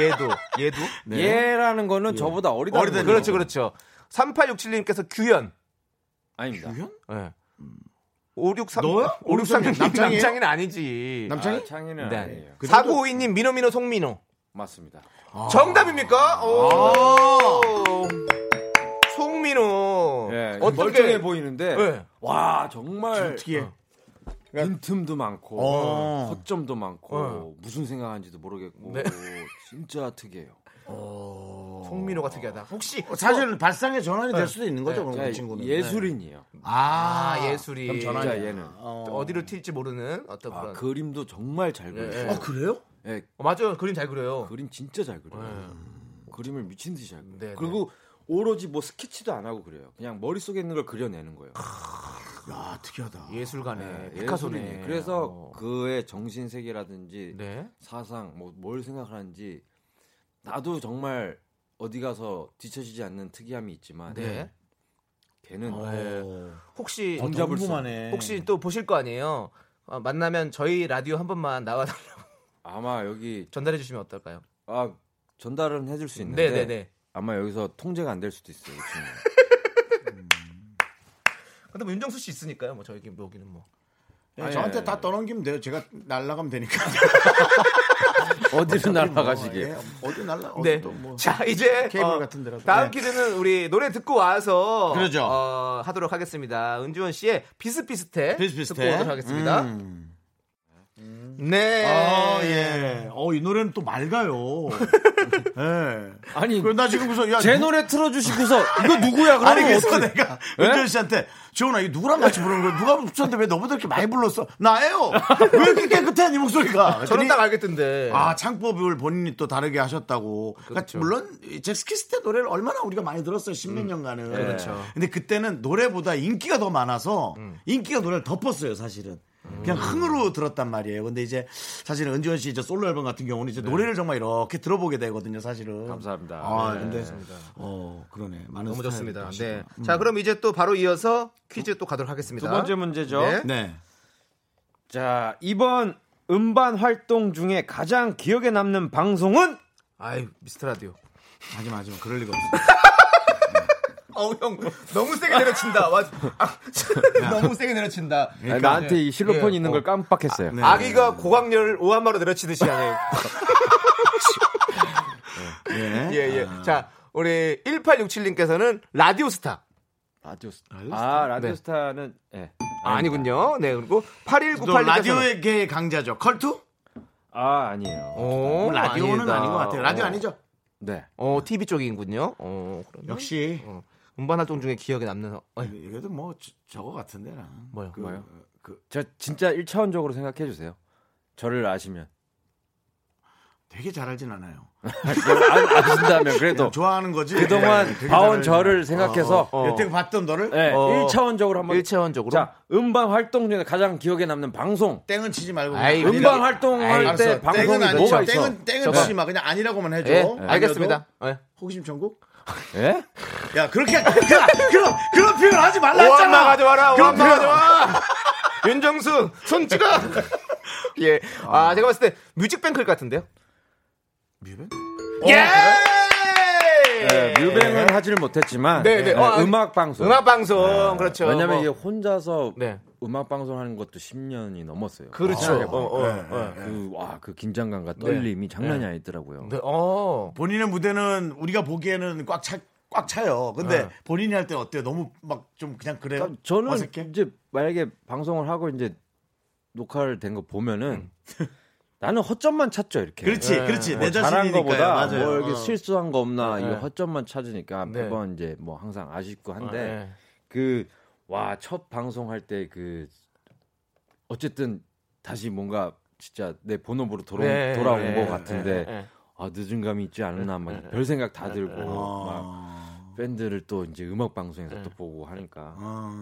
S2: 얘도 얘도
S8: 네. 예. 예라는 거는 저보다 어리다.
S2: 어리다 그렇죠 그렇죠 3867님께서 규현
S8: 아닙니다.
S2: 예. 563
S1: 너야?
S2: 563님
S1: 남창이에요?
S2: 남창이는 아니지
S1: 남창이?
S8: 아, 창이는
S2: 네.
S8: 아니에요.
S2: 4952님 민호 민호 송민호
S8: 맞습니다.
S2: 아. 정답입니까? 오. 아. 송민호
S8: 예,
S2: 어떻게-
S8: 멀쩡해 보이는데
S2: 네.
S8: 와 정말 어, 그러니까
S1: 특이해.
S8: 빈틈도 많고
S1: 어.
S8: 허점도 많고
S2: 어.
S8: 무슨 생각하는지도 모르겠고
S2: 네.
S8: 진짜 특이해요.
S2: 송민호가 특이하다. 혹시
S1: 사실은 발상의 전환이 될 수도 있는 거죠,
S2: 어,
S1: 그럼
S8: 네. 자,
S1: 그 친구는.
S8: 예술인이에요.
S1: 아,
S2: 네. 아, 예술이 아,
S1: 그럼 전환이
S8: 진짜 얘는.
S2: 어디로 튈지 모르는 어떤
S8: 아,
S2: 그런
S8: 그림도 정말 잘
S2: 네.
S8: 그려요.
S1: 아, 그래요?
S8: 예,
S2: 어, 맞아요. 그림 잘 그려요.
S8: 그림 진짜 잘 그려요. 음, 그림을 미친 듯이 잘 그려요.
S2: 네,
S8: 그리고 오로지 뭐 스케치도 안 하고 그래요. 그냥 머릿속에 있는 걸 그려내는 거예요.
S1: 야, 특이하다.
S2: 아, 예술가네.
S8: 예,
S2: 피카소네.
S8: 예술인이에요. 그래서
S2: 어.
S8: 그의 정신 세계라든지
S2: 네.
S8: 사상 뭐 뭘 생각하는지 나도 정말 어디 가서 뒤처지지 않는 특이함이 있지만
S2: 네. 어.
S8: 걔는
S2: 혹시
S8: 정잡을 수
S1: 궁금하네.
S2: 혹시 또 보실 거 아니에요? 아, 만나면 저희 라디오 한 번만 나와달라고
S8: 아마 여기
S2: 전달해 주시면 어떨까요?
S8: 아 전달은 해줄 수 있는데
S2: 네, 네, 네.
S8: 아마 여기서 통제가 안 될 수도 있어요. 이 친구는.
S2: 근데 뭐 윤정수 씨 있으니까요. 뭐 저희 여기는 뭐.
S8: 아,
S1: 예, 저한테 다 떠넘기면 돼요. 제가 날라가면 되니까.
S8: 어디로 날아가시게.
S1: 예, 어디 날라? 어디
S2: 네.
S1: 또 뭐.
S2: 자, 이제
S1: 케이블
S2: 어,
S1: 같은 데라도. 네.
S2: 다음 키드는 우리 노래 듣고 와서
S1: 그러죠.
S2: 어, 하도록 하겠습니다. 은지원 씨의 비슷비슷해,
S1: 비슷비슷해. 음.
S2: 듣고 오도록 하겠습니다. 네.
S1: 아, 예. 어, 이 노래는 또 맑아요. 예.
S8: 아니
S1: 그나 지금 무슨 야,
S8: 제
S1: 누-
S8: 노래 틀어주시고서 이거 누구야?
S1: 아니
S8: 그러면
S1: 그래서
S8: 어떻게? 예?
S1: 내가 은준 씨한테 지원아 이거 누구랑 같이 부르는 거야? 누가 붙였는데 왜 너보다 이렇게 많이 불렀어? 나예요. 왜 이렇게 깨끗해 이
S8: 아,
S1: 목소리가?
S2: 저는
S1: 그랬더니
S2: 딱 알겠던데.
S1: 아 창법을 본인이 또 다르게 하셨다고. 그러니까
S2: 그렇죠.
S1: 물론 이 잭스키스 때 노래를 얼마나 우리가 많이 들었어요
S8: 음.
S1: 십몇 년간은.
S8: 네.
S1: 그렇죠. 근데 그때는 노래보다 인기가 더 많아서
S8: 음.
S1: 인기가 노래를 덮었어요 사실은. 그냥 흥으로 들었단 말이에요. 근데 이제 사실은 은지원 씨 이제 솔로 앨범 같은 경우는 이제 노래를 정말 이렇게 들어보게 되거든요, 사실은.
S8: 네. 감사합니다.
S1: 아,
S8: 네.
S1: 근데 어 그러네. 많은
S2: 너무
S1: 스타일이
S2: 좋습니다.
S1: 또
S2: 네.
S1: 하시구나. 음.
S2: 자, 그럼 이제 또 바로 이어서 퀴즈 또 가도록 하겠습니다.
S8: 두 번째 문제죠.
S2: 네.
S1: 네.
S8: 자 이번 음반 활동 중에 가장 기억에 남는 방송은
S2: 아유, 미스터 라디오.
S1: 하지마 하지마 그럴 리가 없어
S2: 어우, 형. 너무 세게 내려친다. 와, 아, 너무 세게 내려친다.
S8: 아니, 나한테 이 실로폰
S2: 예,
S8: 있는
S2: 어.
S8: 걸 깜빡했어요. 네.
S1: 네.
S2: 아기가 고강렬 오한마로 내려치듯이 하네요.
S1: 예.
S2: 예, 예. 자, 우리 1867님께서는 라디오스타.
S8: 라디오 스타. 아 라디오
S2: 네.
S8: 스타는 예.
S2: 아니군요. 네, 그리고
S1: 또
S2: 8198님께서는
S1: 라디오계의 강자죠 컬투?
S8: 아 아니에요.
S2: 오,
S1: 라디오는
S2: 어, 아니다.
S1: 어, 아닌 것 같아요 라디오
S2: 어.
S1: 아니죠
S8: 네.
S2: 어, TV 쪽이군요. 어, 그러면
S1: 역시
S2: 어, 음반 활동 중에 기억에 남는 어, 어이,
S1: 이것도 뭐 저, 저거 같은데 나
S2: 뭐요?
S8: 그, 뭐요? 저 진짜 1차원적으로 생각해 주세요. 저를 아시면
S1: 되게 잘 알진 않아요
S8: 아, 아신다면 그래도
S1: 그냥 좋아하는 거지
S8: 그동안
S1: 예, 되게
S8: 봐온
S1: 잘 알진
S8: 저를 생각해서
S1: 않아요. 여태 봤던 너를
S8: 어, 예,
S2: 어.
S8: 1차원적으로 한번
S2: 일체원적으로.
S8: 자 음반 활동 중에 가장 기억에 남는 방송
S1: 땡은 치지 말고
S2: 아이,
S1: 그냥
S8: 음반
S1: 아니라-
S8: 활동할
S1: 알았어.
S8: 때
S1: 땡은
S8: 방송이
S1: 아니죠.
S8: 뭐가 있어?
S1: 땡은 땡은
S2: 저거.
S1: 치지 마 그냥 아니라고만 해줘
S2: 예,
S1: 아니어도
S2: 알겠습니다. 예.
S1: 호기심 천국
S8: 예?
S1: 야 그렇게 야, 그런 그런 표현 하지 말라
S2: 오한
S1: 했잖아
S2: 마가 좋아라.
S1: 그런
S2: 오한 마가
S1: 표현.
S2: 좋아. 윤정수 손 찍어. 예. 아, 제가 봤을 때 뮤직뱅크 같은데요. 뮤뱅? 예!
S8: 예, 뮤뱅은 하질 못했지만
S2: 네, 네.
S8: 예,
S2: 어, 아니,
S8: 음악 방송.
S2: 음악 방송 그렇죠.
S8: 네. 왜냐면
S2: 뭐,
S8: 이게 혼자서
S2: 네.
S8: 음악 방송 하는 것도 10년이 넘었어요.
S2: 그렇죠. 어, 어,
S1: 예,
S2: 어.
S8: 그, 와, 그 긴장감과 떨림이 장난이 아니더라고요.
S2: 네, 어.
S1: 본인의 무대는 우리가 보기에는 꽉 차, 꽉 차요. 근데 본인이 할 때 어때요? 너무 막 좀 그냥 그래요?
S8: 그러니까 저는
S1: 어색해?
S8: 이제 만약에 방송을 하고 이제 녹화를 된 거 보면은 나는 허점만 찾죠 이렇게.
S1: 그렇지, 음. 그렇지.
S8: 뭐
S1: 내
S8: 잘한
S1: 자신이니까요.
S8: 거보다
S1: 맞아요.
S8: 뭐 이렇게
S1: 어. 예.
S8: 실수한 거 없나 이 허점만 찾으니까
S2: 네.
S8: 매번 이제 뭐 항상 아쉽고 한데
S1: 예.
S2: 네.
S8: 그 와 첫 방송 할 때 그 어쨌든 다시 뭔가 진짜 내 본업으로 돌아온,
S2: 네,
S8: 돌아온
S2: 네,
S8: 것
S2: 네,
S8: 같은데
S2: 네, 네.
S8: 아 늦은 감이 있지 않나
S1: 네,
S8: 막 별 생각 다 들고
S1: 어.
S8: 막 밴드를 또 이제 음악 방송에서
S2: 네.
S8: 또 보고 하니까
S1: 어.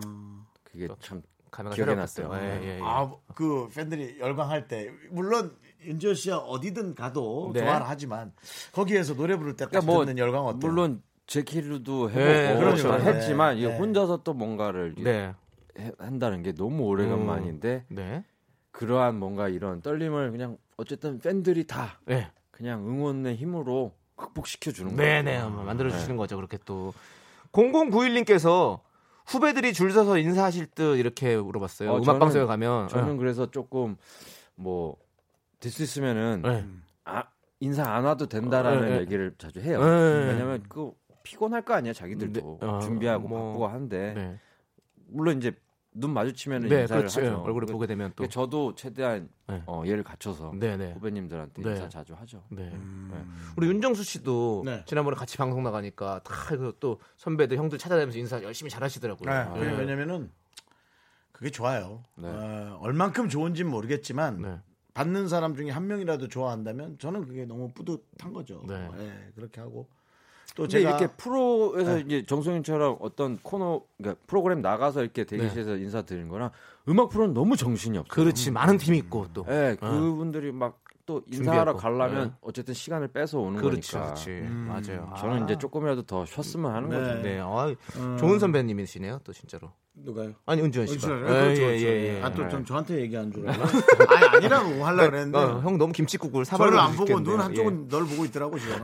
S8: 그게 참
S2: 카메라
S8: 기억에
S2: 새롭겠어요.
S8: 났어요. 네.
S2: 예, 예, 예.
S1: 아, 그 팬들이 열광할 때 물론 윤지호 씨야 어디든 가도
S2: 네.
S1: 좋아라 하지만 거기에서 노래 부를 때 같이
S8: 그러니까 뭐
S1: 듣는 열광 어때요? 뭐
S8: 물론 제키루도 해보고
S2: 네, 그렇죠.
S8: 다 했지만
S1: 네,
S8: 이게
S1: 네.
S8: 혼자서 또 뭔가를
S2: 네.
S8: 해- 한다는 게 너무 오래간만인데
S2: 네.
S8: 그러한 뭔가 이런 떨림을 그냥 어쨌든 팬들이 다
S2: 네.
S8: 그냥 응원의 힘으로 극복시켜 주는 거예요.
S2: 네네 한번 만들어주시는 거죠 그렇게 또 0091님께서 후배들이 줄 서서 인사하실 듯 이렇게 물어봤어요
S8: 어, 저는-
S2: 음악방송에 가면
S8: 저는 그래서 조금 뭐 될수 있으면은
S2: 예. 예.
S8: 아, 인사 안 와도 된다라는
S2: 네, 네.
S8: 얘기를 자주 해요.
S2: 네.
S8: 왜냐면 그 피곤할 거 아니야 자기들도
S2: 네, 어,
S8: 준비하고
S2: 뭐,
S8: 바쁘고 한데
S2: 네.
S8: 물론 이제 눈 마주치면
S2: 네,
S8: 인사를
S2: 그렇죠.
S8: 하죠.
S2: 얼굴을 보게 되면 또.
S8: 그러니까 저도 최대한
S2: 네.
S8: 어, 예를 갖춰서
S2: 네, 네.
S8: 후배님들한테
S2: 네.
S8: 인사 자주 하죠.
S2: 네.
S8: 음.
S2: 네. 우리 윤정수 씨도
S1: 네.
S2: 지난번에 같이 방송 나가니까 다 또 선배들 형들 찾아다니면서 인사 열심히 잘하시더라고요.
S1: 네,
S2: 아,
S1: 그게 왜냐면은 그게 좋아요.
S8: 네.
S1: 어, 얼만큼 좋은지는 모르겠지만
S2: 네.
S1: 받는 사람 중에 한 명이라도 좋아한다면 저는 그게 너무 뿌듯한 거죠.
S2: 네.
S1: 예, 그렇게 하고 또
S8: 근데
S1: 제가
S8: 이렇게 프로에서 이제 정성윤처럼 어떤 코너 그러니까 프로그램 나가서 이렇게 대기실에서 인사드리는 거랑 음악 프로는 너무 정신이 없어요.
S2: 그렇지 많은 팀이 있고 또.
S8: 예, 그분들이 음. 막 또 인사하러
S2: 준비하고.
S8: 가려면
S2: 네.
S8: 어쨌든 시간을 뺏어 오는
S2: 그렇지,
S8: 거니까. 음.
S2: 그렇지. 맞아요.
S8: 저는
S2: 아.
S8: 이제 조금이라도 더 쉬었으면 하는 거죠. 음.
S2: 네, 아, 좋은 선배님이시네요, 또 진짜로.
S1: 누가요?
S2: 아니 은지원 씨가.
S1: 그렇죠,
S2: 예,
S1: 그렇죠.
S2: 예, 예, 예.
S1: 아, 또 좀 저한테 얘기한 줄 알고. 아니, 아니라고 하려고 그랬는데.
S2: 어, 형 너무 김치국을 사발로
S1: 저를 안
S2: 드실
S1: 보고
S2: 텐데요. 예.
S1: 눈 한쪽은 널 보고 있더라고 지금.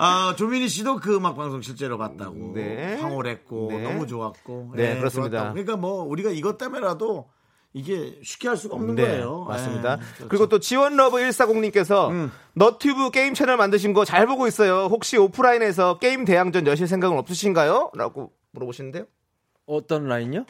S1: 아 조민희 씨도 그 음악 방송 실제로 봤다고
S2: 네.
S1: 황홀했고
S2: 네.
S1: 너무 좋았고
S2: 네,
S1: 예,
S2: 그렇습니다.
S1: 좋았다고. 그러니까 뭐 우리가 이것 때문에라도 이게 쉽게 할 수가 없는
S2: 네,
S1: 거예요.
S2: 맞습니다.
S8: 그렇죠.
S1: 예,
S2: 그리고 또 지원러브 140님께서
S8: 음.
S2: 너튜브 게임 채널 만드신 거 잘 보고 있어요. 혹시 오프라인에서 게임 대항전 여실 생각은 없으신가요? 라고 물어보시는데요.
S8: 어떤 라인요?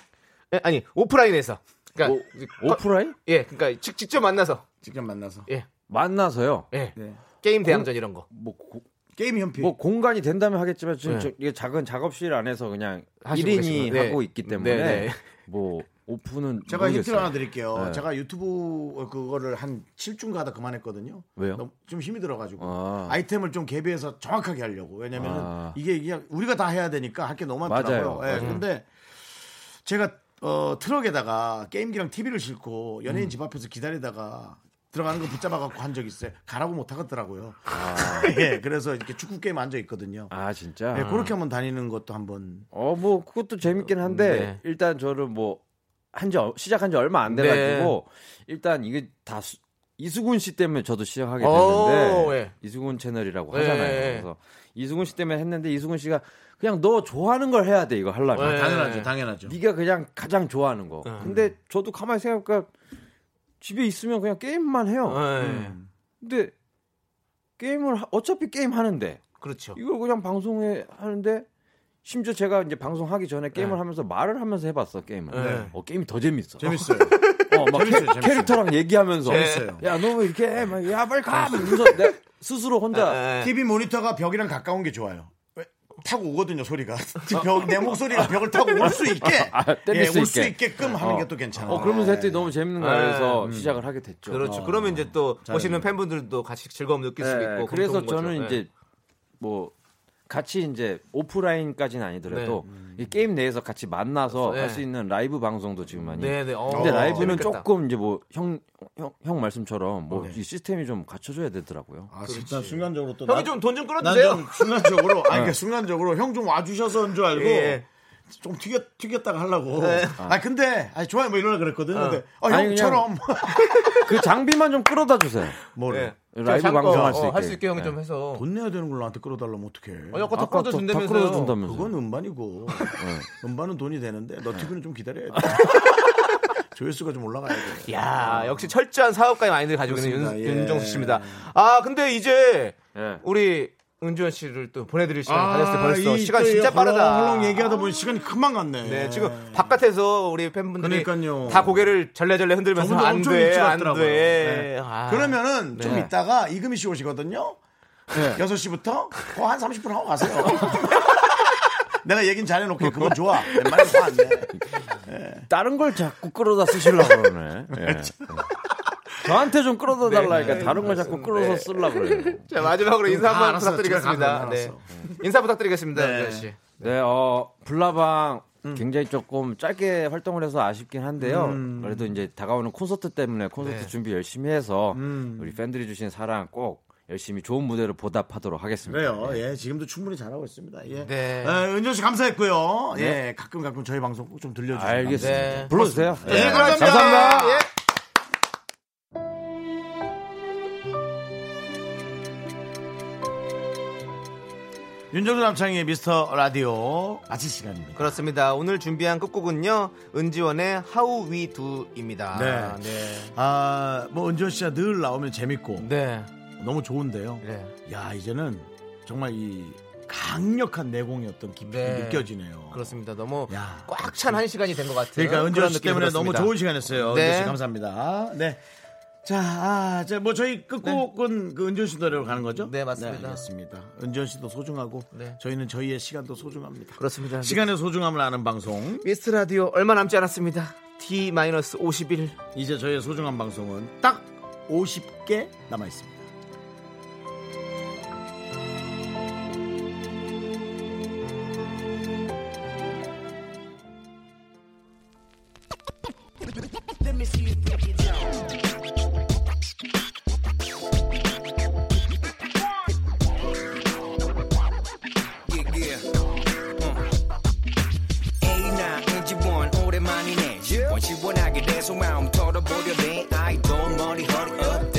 S2: 예, 아니, 오프라인에서. 그러니까
S8: 오, 오프라인?
S2: 예, 그러니까 직, 직접 만나서.
S1: 직접 만나서
S2: 예.
S8: 만나서요.
S2: 예.
S1: 네.
S2: 게임 대항전 이런 거.
S8: 뭐, 고-
S1: 게임 현피.
S8: 뭐 공간이 된다면 하겠지만 지금
S2: 네.
S8: 저- 이게 작은 작업실 안에서 그냥
S2: 하시고
S8: 1인이
S2: 계시구나. 네.
S8: 하고 있기 때문에
S2: 네, 네.
S8: 뭐 오픈은
S1: 제가 힌트를
S8: 모르겠어요.
S1: 하나 드릴게요.
S8: 네.
S1: 제가 유튜브 그거를 한 7중 가다 그만했거든요.
S8: 왜요?
S1: 너무 좀 힘이 들어가지고
S8: 아.
S1: 아. 이템을좀 개비해서 정확하게 하려고. 왜냐면은
S8: 아.
S1: 이게 그냥 우리가 다 해야 되니까 할 게 너무 많더라고요.
S8: 맞아요.
S1: 예, 근데 제가 어, 트럭에다가 게임기랑 TV를 싣고
S8: 음.
S1: 연예인 집 앞에서 기다리다가 들어가는 거 붙잡아갖고 한 적 있어요. 가라고 못 하겠더라고요. 예, 그래서 이렇게 축구 게임 앉아 있거든요.
S8: 아 진짜.
S1: 예, 그렇게 한번 다니는 것도 한번.
S8: 어 뭐 그것도 재밌긴 한데
S2: 네.
S8: 일단 저는 뭐 한지 얼- 시작한 지 얼마 안 돼가지고 일단 이게 다 수- 이수근 씨 때문에 저도 시작하게
S2: 오,
S8: 됐는데
S2: 예.
S8: 이수근 채널이라고
S1: 네.
S2: 예,
S8: 하잖아요.
S2: 예.
S8: 그래서 이수근 씨 때문에 했는데 이수근 씨가 그냥 너 좋아하는 걸 해야 돼 이거 하려면.
S2: 예.
S1: 당연하죠, 당연하죠.
S8: 네가 그냥 가장 좋아하는 거. 근데 저도 가만히 생각해보니까 집에 있으면 그냥 게임만 해요.
S2: 예.
S8: 음. 근데 게임을 하- 어차피 게임 하는데
S2: 그렇죠.
S8: 이걸 그냥 방송에 하는데 심지어 제가 이제 방송하기 전에 게임을
S2: 네.
S8: 하면서 말을 하면서 해봤어 게임을.
S2: 네.
S8: 어 게임이 더 재밌어.
S1: 재밌어요.
S8: 어, 막
S1: 재밌어요,
S8: 캐-
S1: 재밌어요.
S8: 캐릭터랑 얘기하면서
S2: 예.
S1: 재밌어요. 아.
S8: 야너 왜 이렇게 해? 막, 야 빨리 가. 막 이러면서 내 스스로 혼자
S2: 예.
S1: TV 모니터가 벽이랑 가까운 게 좋아요. 왜? 타고 오거든요 소리가 벽, 내 목소리가 벽을 타고 올 수 있게 예,
S8: 아, 때릴 수
S1: 올수
S8: 있게.
S1: 있게끔 하는 게 또 괜찮아요.
S8: 어 그러면서 했더니 너무 재밌는 거야. 그래서 시작을 하게 됐죠.
S2: 네. 음. 그렇죠. 그러면 이제 또 보시는 팬분들도 같이 즐거움 느낄 수
S8: 예,
S2: 있고.
S8: 그래서
S2: 그런 거죠.
S8: 저는
S2: 예.
S8: 이제 뭐 같이 이제 오프라인까지는 아니더라도 이 게임 내에서 같이 만나서
S2: 음. 네.
S8: 할 수 있는 라이브 방송도 지금 많이.
S2: 네, 네. 어,
S8: 근데 라이브는
S2: 재밌겠다. 네.
S8: 조금 이제 뭐 형 형 말씀처럼 뭐 이 시스템이 좀 갖춰줘야 되더라고요.
S1: 아, 진짜 순간적으로 또
S2: 형이
S1: 나-
S2: 좀 돈 좀
S1: 난
S2: 끌어주세요.
S1: 좀 순간적으로 아니 그러니까 순간적으로 형 좀 와주셔서인 줄 알고
S2: 예.
S1: 좀 튀겨 튀겼다가 하려고. 아 근데 아 좋아요 뭐 이러려 그랬거든. 근데 아,
S8: 아니,
S1: 형처럼
S8: 그 장비만 좀 끌어다 주세요.
S1: 뭐래?
S2: 예.
S8: 라이브
S2: 잠깐,
S8: 방송할
S2: 어,
S8: 수 있게.
S2: 할수 있게 형이
S8: 네.
S2: 좀 해서.
S1: 돈 내야 되는 걸 나한테 끌어달라면 어떡해.
S2: 아니, 아까 다
S8: 아까
S2: 끌어다
S8: 더- 다
S2: 준다면서요.
S8: 끌어다 준다면서.
S1: 그건 음반이고
S8: 어.
S1: 음반은 돈이 되는데 너튜브는 좀 기다려야 돼. 조회수가 좀 올라가야 돼.
S2: 야 역시 철저한 사업가의 마인드를 가지고 있는
S1: 그렇습니다.
S2: 윤,
S1: 예.
S2: 윤정수 씨입니다. 아 근데 이제
S8: 예.
S2: 우리 은지원 씨를 또 보내드릴 시간이 가졌어요. 벌써
S1: 아, 이
S2: 시간
S1: 또
S2: 진짜
S1: 헐렁
S2: 빠르다.
S1: 헐렁 얘기하다 보니 시간이 금방 갔네.
S2: 네 지금 바깥에서 우리 팬분들이
S1: 그러니까요.
S2: 다 고개를 절레절레 흔들면서
S1: 저분도 엄청 일찍
S2: 안돼안
S1: 왔더라고요.
S2: 돼.
S1: 네.
S2: 아.
S1: 그러면은 좀
S2: 네.
S1: 이따가 이금희 씨 오시거든요. 여 6시부터 그한 30분 하고 가세요. 내가 얘긴 잘해놓게 그건 좋아. 웬만하면 다안 돼.
S8: 다른 걸 자꾸 끌어다 쓰시려고 그러네. 예. 저한테 좀 끌어다 달라니까 다른 걸 자꾸 끌어서 쓰려고 그래요.
S2: 자 마지막으로 인사
S1: 다
S2: 한번
S1: 알았어. 제가 아,
S2: 부탁드리겠습니다.
S1: 다
S2: 네.
S1: 알았어.
S2: 인사 부탁드리겠습니다. 은지원 씨.
S8: 네, 어, 블라방 굉장히 조금 짧게 활동을 해서 아쉽긴 한데요. 그래도 이제 다가오는 콘서트 때문에 콘서트 준비 열심히 해서 우리 팬들이 주신 사랑 꼭 열심히 좋은 무대로 보답하도록 하겠습니다.
S1: 그래요.
S8: 네.
S1: 예, 지금도 충분히 잘하고 있습니다. 예.
S2: 네.
S1: 어, 은정 씨 감사했고요. 예, 가끔 가끔 저희 방송 꼭 좀 들려주세요.
S8: 알겠습니다.
S2: 네.
S8: 불러주세요.
S1: 아, 예.
S8: 네.
S2: 감사합니다.
S8: 감사합니다.
S2: 예.
S1: 윤정수 남창의 미스터 라디오 아침 시간입니다.
S2: 그렇습니다. 오늘 준비한 끝곡은요 은지원의 How We Do입니다.
S1: 네.
S2: 네.
S1: 아, 뭐 은정 씨가 늘 나오면 재밌고
S2: 네.
S1: 너무 좋은데요.
S2: 네.
S1: 야, 이제는 정말 이 강력한 내공이었던 깊이
S2: 네.
S1: 느껴지네요.
S2: 그렇습니다. 너무
S1: 야.
S2: 꽉 찬 한 시간이 된 것 같아요.
S1: 그러니까 은지원
S2: 그런
S1: 씨
S2: 느낌이
S1: 때문에
S2: 들었습니다.
S1: 너무 좋은 시간이었어요.
S2: 네.
S1: 은지원 씨 감사합니다. 네. 자, 아, 자, 뭐 저희 끝곡은 그 은지원 씨 노래로 가는 거죠?
S2: 네, 맞습니다.
S1: 알겠습니다. 은지원 씨도 소중하고
S2: 네.
S1: 저희는 저희의 시간도 소중합니다.
S2: 그렇습니다.
S1: 시간의 소중함을 아는 방송.
S2: 미스 라디오 얼마 남지 않았습니다. D-51.
S1: 이제 저희의 소중한 방송은 딱 50개 남아 있습니다.
S4: 에이나 은지원 오랜만이네 원시원하게 내 속마음 털어보려네 아이돌 머리 허리 up